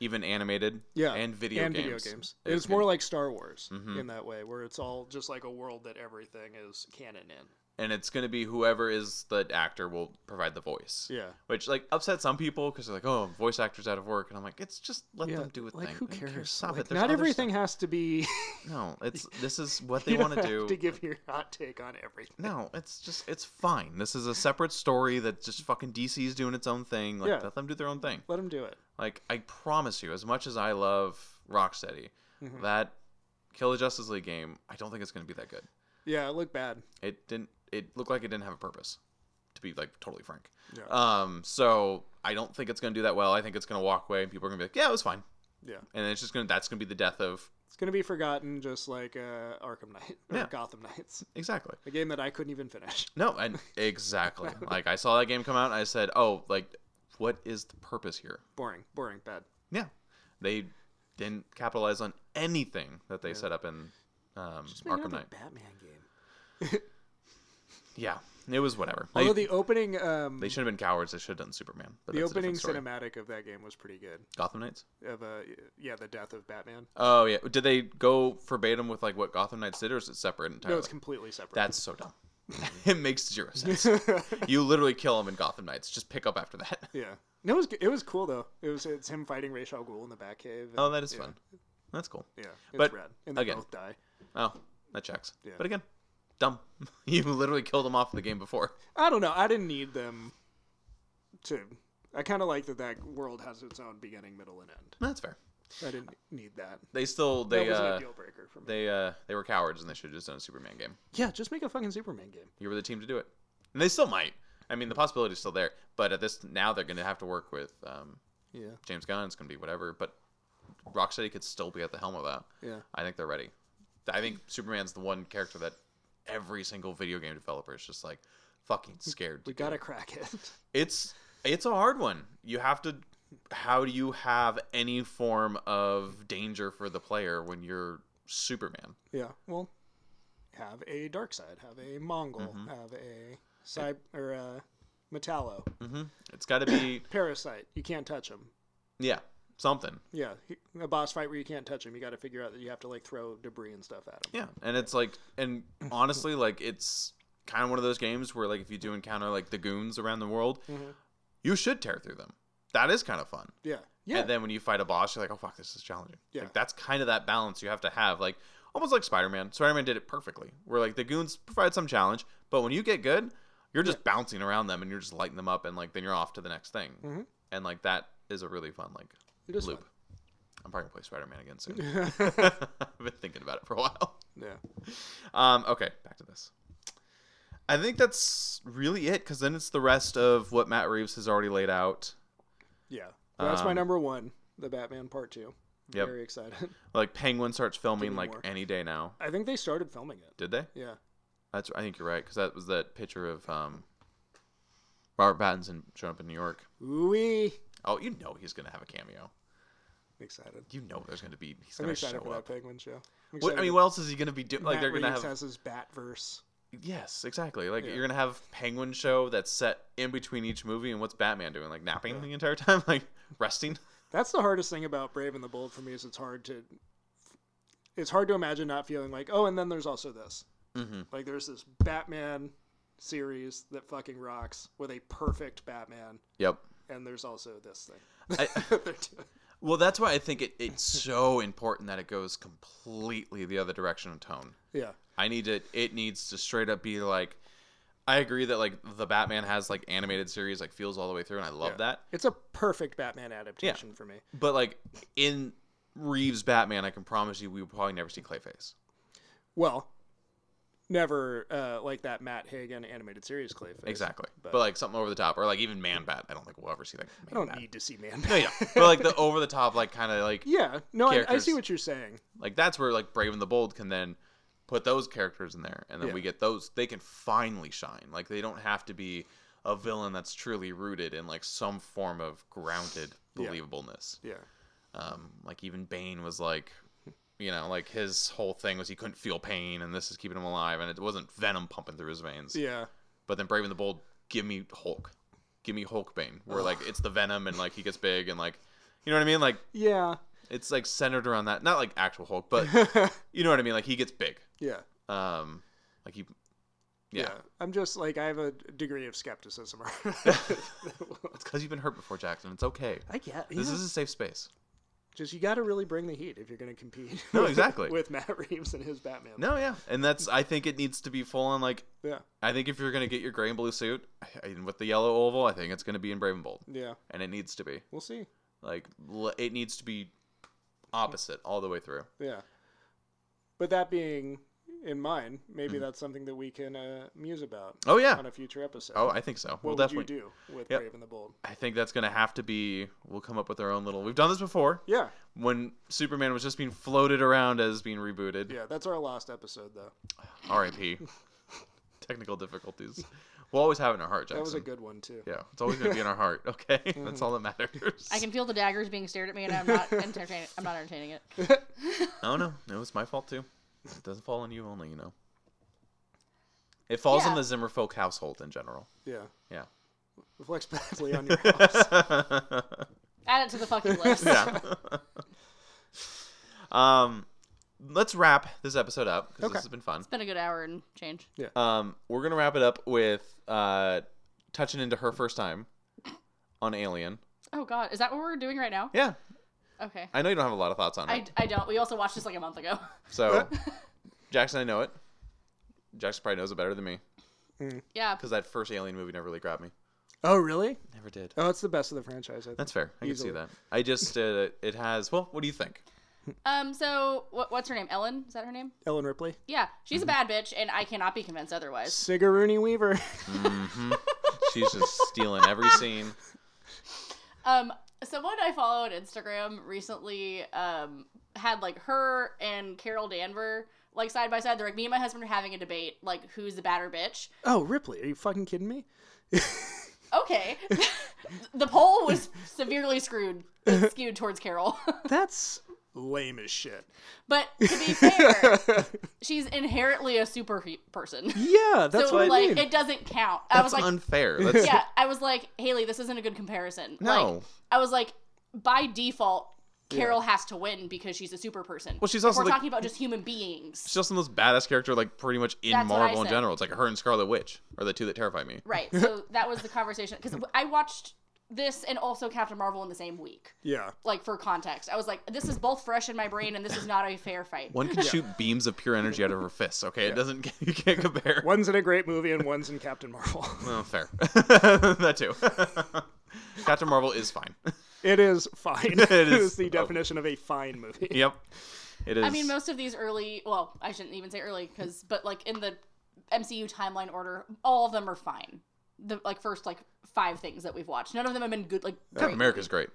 even animated.
yeah,
and video
and
games.
video games.
is
It's, more
good.
like Star Wars
Mhm.
in that way, where it's all just like a world that everything is canon in.
and it's gonna be whoever is the actor will provide the voice.
Yeah.
Which like upset some people because they're like, oh, voice actors out of work, and I'm like, it's just let them do a
like
thing.
who
I don't
cares?
care. Stop
Like,
it. There's
not
other
everything has to be.
stuff- No,
*laughs*
it's this is what they
you don't
want to
have
do.
to give your hot take on everything.
No, it's just it's fine. This is a separate story that just fucking DC is doing its own thing. Like
Yeah.
let them do their own thing.
Let them do it.
Like I promise you, as much as I love Rocksteady,
Mm-hmm.
that Kill the Justice League game, I don't think it's going to be that good.
Yeah, it looked bad.
It didn't. It looked like it didn't have a purpose, to be like totally frank.
Yeah.
Um. So I don't think it's going to do that well. I think it's going to walk away, and people are going to be like, "Yeah, it was fine,"
Yeah.
and it's just going to that's going to be the death of
It's gonna be forgotten, just like uh, Arkham Knight or
Yeah.
Gotham Knights,
exactly.
a game that I couldn't even finish.
No,
*laughs*
and exactly. like I saw that game come out, and I said, "Oh, like, what is the purpose here?"
Boring, boring, bad.
Yeah, they didn't capitalize on anything that they set up in um,
Make
Arkham
another
Knight.
Batman game.
Yeah, it was whatever. They,
Although the opening, um,
they should have been cowards. They should have done Superman. But
the
that's a different
opening
story.
cinematic of that game was pretty good.
Gotham Knights.
Of uh, yeah, the death of Batman.
Oh yeah, did they go verbatim with like what Gotham Knights did, or is it separate entirely?
No, it's completely separate. *laughs*
That's so dumb. it makes zero sense. you literally kill him in Gotham Knights. Just pick up after that. *laughs*
yeah. No, it was it was cool though. It was it's him fighting Ra's al Ghul in the Batcave.
Oh, that is
yeah.
fun. That's cool.
Yeah, it's
But,
rad. And they
again-
both die.
Oh, that checks.
Yeah.
But again, dumb. *laughs* you literally killed him off in the game before.
I don't know. I didn't need them to. I kind of like that that world has its own beginning, middle, and end.
That's fair.
I didn't need that.
They still
That
they
wasn't
uh,
a deal breaker for me.
they uh they were cowards and they should have just done a Superman game.
Yeah, just make a fucking Superman game.
You were the team to do it, and they still might. I mean, the possibility is still there. But at this now, they're going to have to work with um,
Yeah.
James Gunn. It's going to be whatever. But Rocksteady could still be at the helm of that.
Yeah.
I think they're ready. I think Superman's the one character that every single video game developer is just like fucking scared.
We
to do.
gotta crack it. *laughs*
It's it's a hard one. You have to. How do you have any form of danger for the player when you're Superman?
yeah. Well, have a dark side, have a Mongol,
Mm-hmm.
have a Cy- or uh, Metallo,
Mm-hmm. It's got to be
Parasite. You can't touch him.
yeah something.
Yeah, he- a boss fight where you can't touch him. You got to figure out that you have to like throw debris and stuff at him.
Yeah, and it's like,
*clears throat*
and honestly, like it's kind of one of those games where like if you do encounter like the goons around the world,
Mm-hmm.
you should tear through them. That is kind of fun.
Yeah, yeah,
And then when you fight a boss, you're like, oh fuck, this is challenging.
Yeah.
Like that's kind of that balance you have to have. Like almost like Spider Man. Spider Man did it perfectly. Where like the goons provide some challenge, but when you get good, you're just bouncing around them and you're just lighting them up, and like then you're off to the next thing. And like that is a really fun like
it is
loop.
Mm-hmm. fun.
I'm probably gonna play Spider Man again
*laughs*
soon. *laughs* I've been thinking about it for a while.
Yeah,
Um, okay, back to this. I think that's really it because then it's the rest of what Matt Reeves has already laid out.
Yeah. That's my
Um,
number one, the Batman Part 2.
Yep.
Very excited. *laughs*
Like Penguin starts filming
me
like
more.
any day now.
I think they started filming it.
Did they?
Yeah.
That's I think you're right because that was that picture of um, Robert Pattinson showing up in New York.
Ooh,
Oh, you know he's gonna have a cameo.
excited.
You know there's gonna be he's
I'm
gonna show
excited for
up.
that Penguin show. I'm
What,
excited
I mean,
that
what else is he gonna be doing? Like
Matt
they're gonna
Reeves
have
has his bat verse.
yes, exactly. Like
Yeah.
you're gonna have Penguin show that's set in between each movie, and what's Batman doing? Like napping the entire time, *laughs* like resting.
That's the hardest thing about Brave and the Bold for me is it's hard to it's hard to imagine not feeling like, oh, and then there's also this.
Mhm.
Like there's this Batman series that fucking rocks with a perfect Batman,
Yep.
and there's also this thing.
I-
that *laughs* they're doing.
Well, that's why I think it,
*laughs*
it's so important that it goes completely the other direction in tone.
yeah.
I need to. It needs to straight up be like. I agree that like the Batman has like animated series like feels all the way through, and I love
Yeah.
that.
It's a perfect Batman adaptation for me.
But like in Reeves Batman, I can promise you we will probably never see Clayface.
Well, never uh, like that Matt Hagen animated series Clayface.
Exactly. But,
But-
like something over the top, or like even Man Bat. I don't think we'll ever see like
I
Man
don't
Bat.
need to see Man.
No, you don't. but like the over the top, like kind of like
*laughs* yeah. No, I, I see
Characters.
what you're saying.
like that's where like Brave and the Bold can then put those characters in there, and then
Yeah.
we get those. They can finally shine. Like they don't have to be a villain that's truly rooted in like some form of grounded
Yeah.
believableness.
Yeah.
Um, like even Bane was like, you know, like his whole thing was he couldn't feel pain, and this is keeping him alive, and it wasn't venom pumping through his veins.
Yeah.
But then Brave and the Bold, give me Hulk, give me Hulk Bane, where like it's the venom and like he gets big and like, you know what I mean? Like
Yeah. *laughs*
it's like centered around that, not like actual Hulk, but you know what I mean? Like he gets big.
yeah.
Um, like he, yeah,
I'm just like I have a degree of skepticism. *laughs*
it's because you've been hurt before, Jackson. It's okay.
I get
This is a safe space.
just you got to really bring the heat if you're going to compete.
No, exactly.
*laughs* with Matt Reeves and his Batman.
No, yeah, and that's I think it needs to be full on like.
Yeah.
I think if you're gonna get your gray and blue suit I- and with the yellow oval, I think it's gonna be in Brave and Bold,
Yeah.
and it needs to be
We'll see.
like l- it needs to be opposite all the way through.
Yeah. But that being in mind, maybe
Mm-hmm.
that's something that we can uh, muse about
Oh yeah.
on a future episode.
Oh, I think so.
what
we'll
would
definitely.
you do with
Yep.
Brave and the Bold?
I think that's gonna have to be. We'll come up with our own little. We've done this before
Yeah,
when Superman was just being floated around as being rebooted.
yeah, that's our last episode though.
R.I.P. Technical difficulties. We'll always have it in our heart, Jackson.
That was a good one too.
Yeah, it's always gonna be in our heart.
*laughs*
Okay, that's all that matters.
I can feel the daggers being stared at me, and
*laughs*
I'm not entertaining. I'm not entertaining it.
Oh no, it was my fault too. It doesn't fall on you only, you know. It falls on the
Yeah.
Zimmerfolk household in general.
Yeah,
*laughs*
Yeah.
reflects badly on your *laughs* house.
*laughs*
Add it to the fucking list.
yeah. um, let's wrap this episode up because
Okay.
this has been fun.
It's been a good hour and change.
Um, we're gonna wrap it up with uh, touching into her first time on Alien.
Oh God, is that what we're doing right now?
Yeah,
Okay.
I know you don't have a lot of thoughts on it.
I, I don't. We also watched this like a month ago. *laughs*
So, Jackson, I know it. Jackson probably knows it better than me
Yeah.
because that first Alien movie never really grabbed me.
oh really?
Never did.
Oh, it's the best of the franchise. I think.
That's fair. I
Easily.
can see that. I just uh, it has. Well, what do you think?
Um. So what, what's her name? Ellen? Is that her name?
Ellen Ripley,
Yeah. She's
Mm-hmm.
a bad bitch, and I cannot be convinced otherwise.
Sigourney Weaver. *laughs*
Mm-hmm. She's just stealing
*laughs*
every scene.
Um. Someone I follow on Instagram recently um had like her and Carol Danver like side by side. They're like me and my husband are having a debate like who's the badder bitch.
oh Ripley, are you fucking kidding me?
Okay. *laughs* the poll was severely screwed skewed towards Carol. *laughs*
That's lame as shit.
but to be fair,
*laughs*
she's inherently a super he- person.
Yeah, that's
so
what
like
I mean.
it doesn't count. I was
That's
like,
unfair. That's
yeah, I was like, Haley, this isn't a good comparison.
no.
Like, I was like, by default, Carol has to win because she's a super person.
Well, she's
If
also
we're
the-
talking about just human beings,
She's *laughs* just the most badass character, like pretty much in
That's what I
Marvel in
said.
general. It's like her and Scarlet Witch are the two that terrify me.
right? So that was the conversation because I watched this and also Captain Marvel in the same week.
yeah,
Like for context, I was like, this is both fresh in my brain and this is not a fair fight.
One can shoot beams of pure energy out of her fists. Okay, it doesn't. *laughs* You can't compare.
one's in a great movie and one's in Captain Marvel. *laughs*
Well, fair. *laughs* that too. *laughs* Captain Marvel is fine. *laughs*
it is fine.
It
*laughs* it
is-
is the definition of a fine *laughs* movie.
yep. It is.
I mean, most of these early, well, I shouldn't even say early because, but like in the MCU timeline order, all of them are fine. The like first like five things that we've watched, none of them have been good. Like
Captain America's great.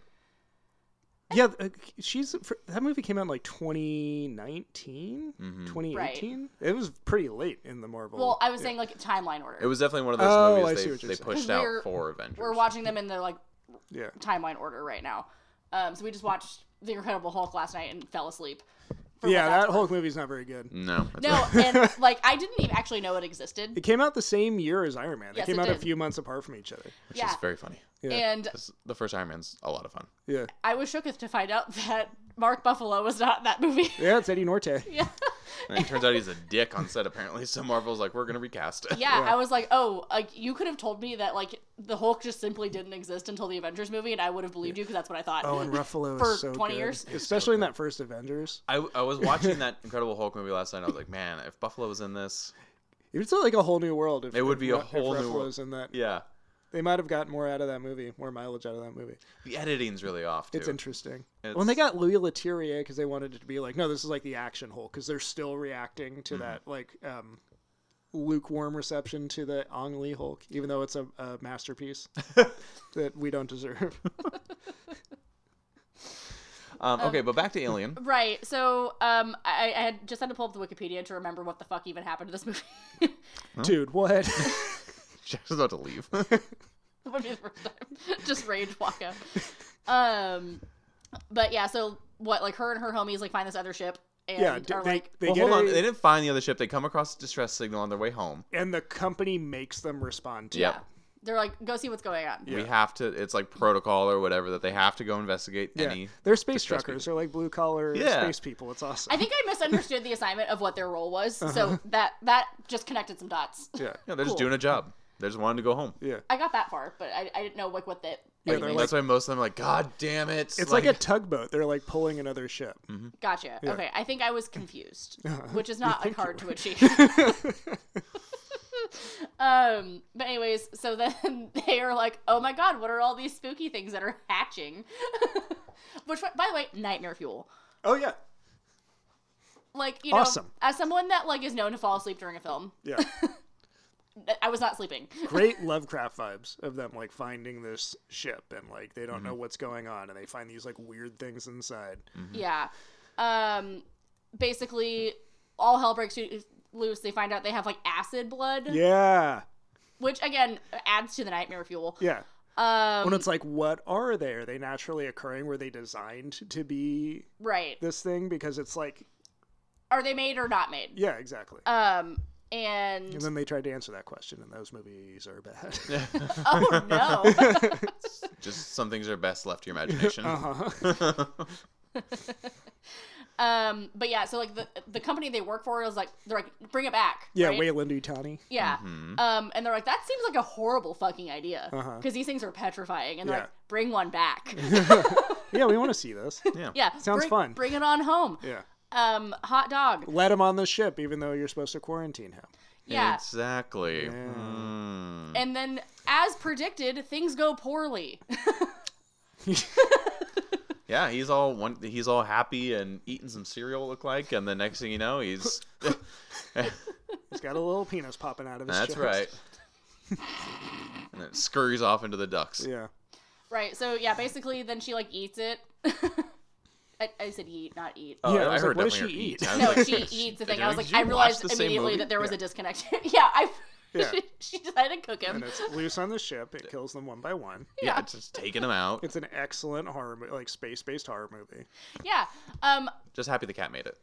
Yeah, uh, she's for, that movie came out in like 2019, 2018. It was pretty late in the Marvel.
well, I was saying like timeline order.
It was definitely one of those
Oh, I
movies they,
see what you're
they
saying.
pushed
'Cause
out
we're-
for Avengers.
We're watching them in the like
yeah.
timeline order right now. Um, so we just watched The Incredible Hulk last night and fell asleep. for what
Yeah,
that's
that Hulk movie's not very good.
no, that's
*laughs*
No, and like I didn't even actually know it existed.
It came out the same year as Iron Man. They
Yes,
came
it
out a
did.
few months apart from each other.
which
yeah.
is very funny.
And
'Cause The first Iron Man's a lot of fun.
Yeah.
I was shooketh to find out *laughs* that Mark Buffalo was not in that movie.
Yeah, it's Eddie Norte.
yeah.
And it turns out he's a dick on set apparently. So Marvel's like, we're gonna recast. it.
*laughs* Yeah,
Yeah.
I was like, oh, like you could have told me that like the Hulk just simply didn't exist until the Avengers movie, and I would have believed you because that's what I thought.
Oh, and Ruffalo
For
is so
20
good.
years.
especially in that first Avengers.
I, I was watching that Incredible Hulk movie last night. and I was like, man, if Buffalo was in this,
It's like a whole new world. If,
It would
if
be a
Ru- if
whole new
Ruffalo's
world.
In that,
yeah,
they might have gotten more out of that movie, more mileage out of that movie.
the editing's really off too.
It's interesting.
It's-
When they got Louis Leterrier, because they wanted it to be like, no, this is like the action Hulk, because they're still reacting
Mm-hmm.
to that like um, lukewarm reception to the Ong Lee Hulk, even though it's a, a
*laughs*
masterpiece that we don't deserve.
Um, okay, but back to Alien.
*laughs* *laughs*
*laughs*
Right. So, um, I, I had just had to pull up the Wikipedia to remember what the fuck even happened to this movie. *laughs* it
*laughs*
Dude, what?
Jack's about to leave.
*laughs* would be the first time. just rage walk out. Um, but yeah. So what? Like her and her homies like find this other ship and
yeah, d-
are
they,
like,
they
well,
get
hold on.
a-
They didn't find the other ship. They come across a distress signal on their way home.
and the company makes them respond to. it.
Yep.
yeah, they're like, go see what's going on.
We have to. It's like protocol or whatever that they have to go investigate
Yeah.
any.
They're space
distress
truckers. They're like blue collar
Yeah.
space people. It's awesome.
I think I misunderstood the assignment of what their role was,
Uh-huh.
so that that just connected some dots.
yeah.
Yeah, they're just
Cool.
doing a job. They just wanted to go home.
Yeah.
I got that far, but I, I didn't know like what the
Yeah,
what you
they're
mean.
That's why most of them are like, God damn it!
It's like, a tugboat. They're like pulling another ship.
Mm-hmm. Gotcha. Okay, I think I
*laughs*
was confused,
Uh-huh.
which is not like hard to achieve. *laughs* um, but anyways, so then *laughs* they are like, "Oh my god, what are all these spooky things that are hatching?" *laughs* which, by the way, nightmare fuel.
Oh yeah.
Like you know,
Awesome.
as someone that like is known to fall asleep during a film, *laughs*
Yeah.
I was not sleeping.
Great Lovecraft vibes of them like finding this ship and like they don't
Mm-hmm.
know what's going on and they find these like weird things inside.
Yeah. Um, basically, all hell breaks loose. They find out they have like acid blood,
Yeah.
which again adds to the nightmare fuel.
Yeah.
Um,
When it's like, what are they? Are they naturally occurring? Were they designed to be
right.
this thing? Because it's like,
Are they made or not made?
yeah, exactly.
Um, and
and then they tried to answer that question, and those movies are bad. *laughs*
oh no,
*laughs* just some things are best left to your
*laughs*
imagination.
Uh-huh.
*laughs* um, but yeah, so like the the company they work for is like they're like bring it back,
yeah,
right?
Wayland Utani.
yeah, um, and they're like that seems like a horrible fucking idea because these things are petrifying, and they're
Uh-huh. Yeah.
like bring
*laughs*
one back,
Yeah, we want to see
*laughs*
this.
Yeah.
yeah,
Sounds
bring,
fun.
bring it on home,
Yeah.
um, hot dog,
Let him on the ship, even though you're supposed to quarantine him.
yeah,
Exactly.
and then as predicted, things go poorly, *laughs*
Yeah, he's all one. He's all happy and eating some cereal, look like, and the next thing you know,
*laughs*
he's. *laughs*
He's got a little penis popping out of his
That's
chest.
right.
*laughs*
and it scurries off into the ducks.
Yeah.
right? So yeah, basically, then she like eats it. *laughs* I, I said eat, not eat.
Oh,
Yeah, I was like, what does
definitely
she
her
eat?
I was *laughs*
No,
like,
she eats the thing. I was
did
like,
you
I
watch
realized
the same
immediately
movie?
that there was
Yeah.
a disconnect. *laughs* yeah, I.
Yeah.
she, *laughs* she decided to cook him.
And it's loose on the ship. It kills them one by one.
yeah, it's just taking them
*laughs*
out.
It's an excellent horror, mo- like space-based horror movie. Mm-hmm.
Yeah. Um.
Just happy the cat made it.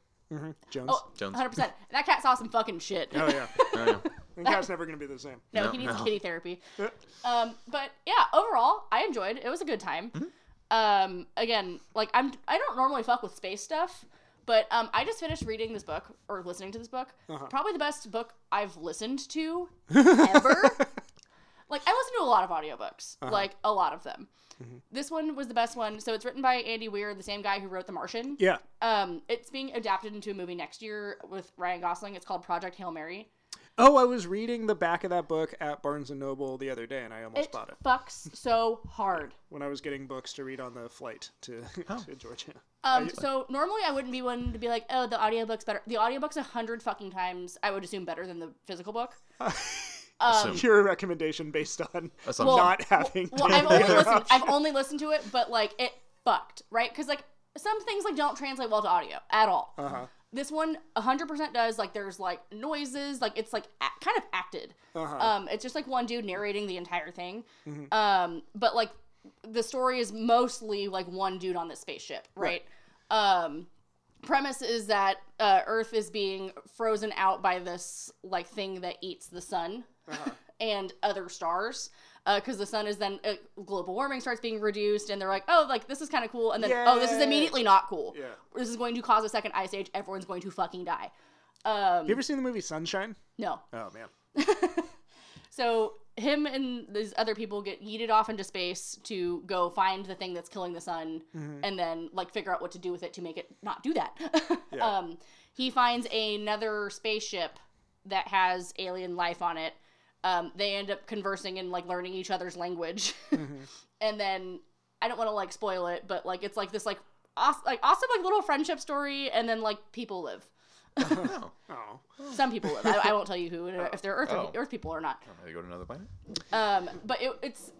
Jones.
Oh,
Jones.
100. percent That cat saw some fucking shit.
Oh, yeah.
I know.
The cat's never gonna be the same. Uh,
No,
No,
he needs
no.
kitty therapy. um. But yeah, overall, I enjoyed. It was a good time.
Mm-hmm.
Um. Again, like I'm. I don't normally fuck with space stuff. But um, I just finished reading this book or listening to this book.
Uh-huh.
Probably the best book I've
*laughs*
listened to ever. like I listen to a lot of audiobooks,
Uh-huh.
like a lot of them.
Mm-hmm.
This one was the best one. So it's written by Andy Weir, the same guy who wrote The Martian.
Yeah.
Um, it's being adapted into a movie next year with Ryan Gosling. It's called Project Hail Mary.
Oh, I was reading the back of that book at Barnes and Noble the other day, and I almost
It
bought it
fucks so hard.
when I was getting books to read on the flight to, *laughs* to Georgia.
Um, so normally I wouldn't be one to be like, oh, the audiobook's better. The audiobook's a hundred fucking times, I would assume, better than the physical book. Um,
*laughs*
Assume-
Your recommendation based on
assumption. *laughs*
Well-
not having.
Well,
to
I've
the
only
other
listened.
option.
I've only listened to it, but like it fucked right because like some things like don't translate well to audio at all.
Uh-huh.
This one, hundred percent does. Like there's like noises, like it's like a- kind of acted.
Uh-huh. Mm-hmm.
Um, it's just like one dude narrating the entire thing. Um, but like the story is mostly like one dude on this spaceship, right? Um, premise is that uh, Earth is being frozen out by this like thing that eats the sun *laughs* and other stars. Because the sun is then uh, global warming starts being reduced, and they're like, "Oh, like this is kind of cool," and then, "Oh, this is
Yay.
immediately not cool.
Yeah.
This is going to cause a second ice age. Everyone's going to fucking die." Um,
You ever seen the movie Sunshine?
no,
Oh man.
so him and these other people get yeeted off into space to go find the thing that's killing the sun and then like figure out what to do with it to make it not do that.
Yeah.
*laughs* um, he finds another spaceship that has alien life on it. Um, they end up conversing and like learning each other's language. *laughs* and then I don't want to like spoil it, but like it's like this like awesome, like awesome like little friendship story and then like people live.
Oh.
Oh.
Some people live. I, I won't tell you who if they're earth,
Oh.
earth people or not.
They go to another planet.
Um, but it, it's,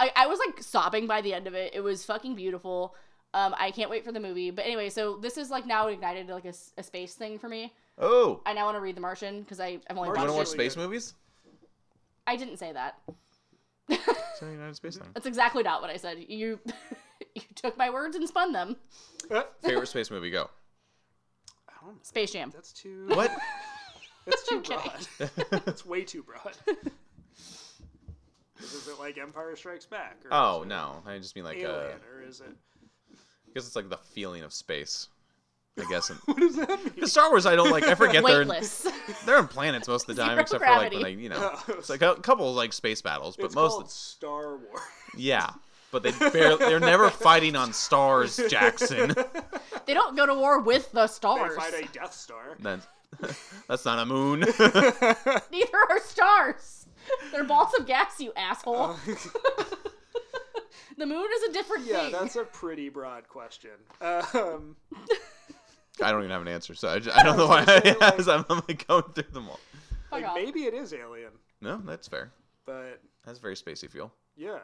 I, I was like sobbing by the end of it. It was fucking beautiful. Um, I can't wait for the movie. But anyway, so this is like now ignited like a, s- a space thing for me.
Oh,
I now want to read The Martian because I I've only
you want to watch
watched it.
Martian's really
space movies?
I didn't say that.
It's a United Space Thing.
That's exactly not what I said. You *laughs* you took my words and spun them.
Uh,
Favorite space movie? Go.
I don't know.
Space Jam.
That's too.
What?
*laughs* That's too
kidding.
broad. *laughs* That's way too broad. is it like Empire Strikes Back? Or
Oh no, I just mean like
Alien,
uh,
or is it?
I guess it's like the feeling of space. I guess. in-
*laughs* What does that *laughs* mean?
The Star Wars, I don't like. I forget they're in,
Weightless. *laughs*
they're in planets most of the time,
Zero
except for like
gravity.
when they, you know,
Oh.
it's like a couple like space battles, but
It's
most,
called Star *laughs* Wars.
yeah. But they barely, they're never fighting on stars, Jackson.
they don't go to war with the
They
stars.
fight a Death Star.
That's, *laughs* that's not a moon. *laughs*
Neither are stars. They're balls of gas, you asshole. *laughs* the moon is a different
Oh. Yeah,
thing.
that's a pretty broad question. *laughs* Um,
I don't even have an answer, so I, just, I don't know why I
gonna say,
asked. I'm, I'm like going through them all.
Fuck
like
off.
maybe it is Alien,
No, that's fair.
but
That's very spacey feel.
yeah,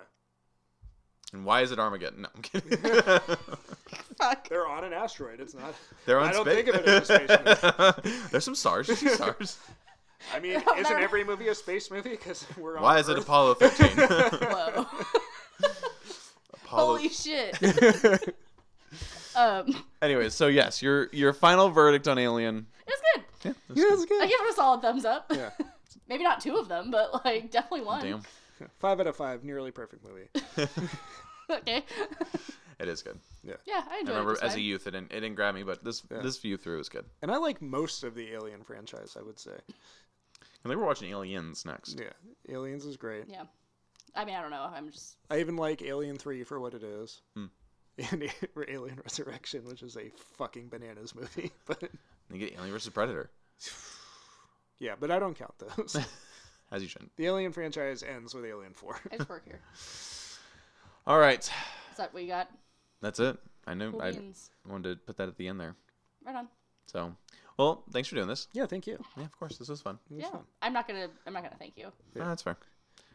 And why is it Armageddon? No, I'm
*laughs*
kidding.
*laughs* Fuck.
they're on an asteroid. It's not.
They're on
I don't
space.
think of it as a space movie.
*laughs* There's some stars.
*laughs*
You see stars.
I mean,
No,
isn't
they're-
every movie a space movie? Because *laughs* we're on
Why is it
Earth.
Apollo 13?
*laughs*
Whoa.
*laughs* Apollo. *laughs*
Holy shit. *laughs* um,
Anyways, so yes, your your final verdict on Alien.
it's good.
Yeah,
Yeah, that's
I
good.
give it a solid thumbs up.
Yeah, *laughs*
Maybe not two of them, but like definitely one.
damn,
five out of five, nearly perfect movie.
*laughs* Okay. *laughs*
it is good.
yeah, I
I
enjoyed
remember
it.
as a youth, it didn't, it didn't grab me, but this
Yeah.
this view through is good.
And I like most of the Alien franchise. I would say,
And they were watching Aliens next.
yeah, Aliens is great.
Yeah. I mean, I don't know. I'm just.
I even like Alien Three for what it is,
Hmm.
*laughs* and or Alien Resurrection, which is a fucking bananas movie. *laughs* But
And you get Alien versus Predator,
yeah, but I don't count
*laughs*
those.
as you shouldn't.
the Alien franchise ends with Alien Four. *laughs*
I
*laughs*
just work here.
All right,
Is that what you got?
that's it. I knew
Cool
I
beans.
wanted to put that at the end there.
Right on.
So, well, thanks for doing this.
Yeah, thank you.
Yeah, of course, this was fun.
Yeah. I'm not gonna. I'm not gonna thank you.
Ah, that's fair.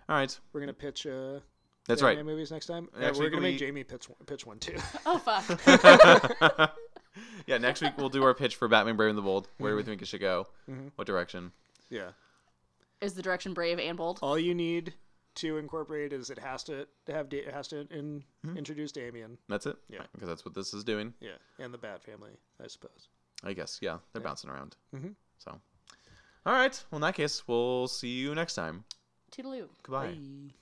All right,
We're gonna pitch. Uh,
that's
anime
right.
Movies next time. Uh,
Actually,
we're gonna
can
make
we-
Jamie pitch one, pitch one too. *laughs*
Oh fuck.
Yeah, next week we'll do our pitch for Batman: Brave and the Bold. Where do we think it should go? What direction?
yeah.
Is the direction brave and bold?
All you need to incorporate is it has to have da- it has to in,
Hmm?
introduce Damien.
That's it.
Yeah.
because that's what this is doing.
Yeah, and the Bat Family, I suppose.
I guess. Yeah, they're bouncing around. Mm-hmm. So, all right. Well, in that case, we'll see you next time.
Toodaloo.
Goodbye.
Bye.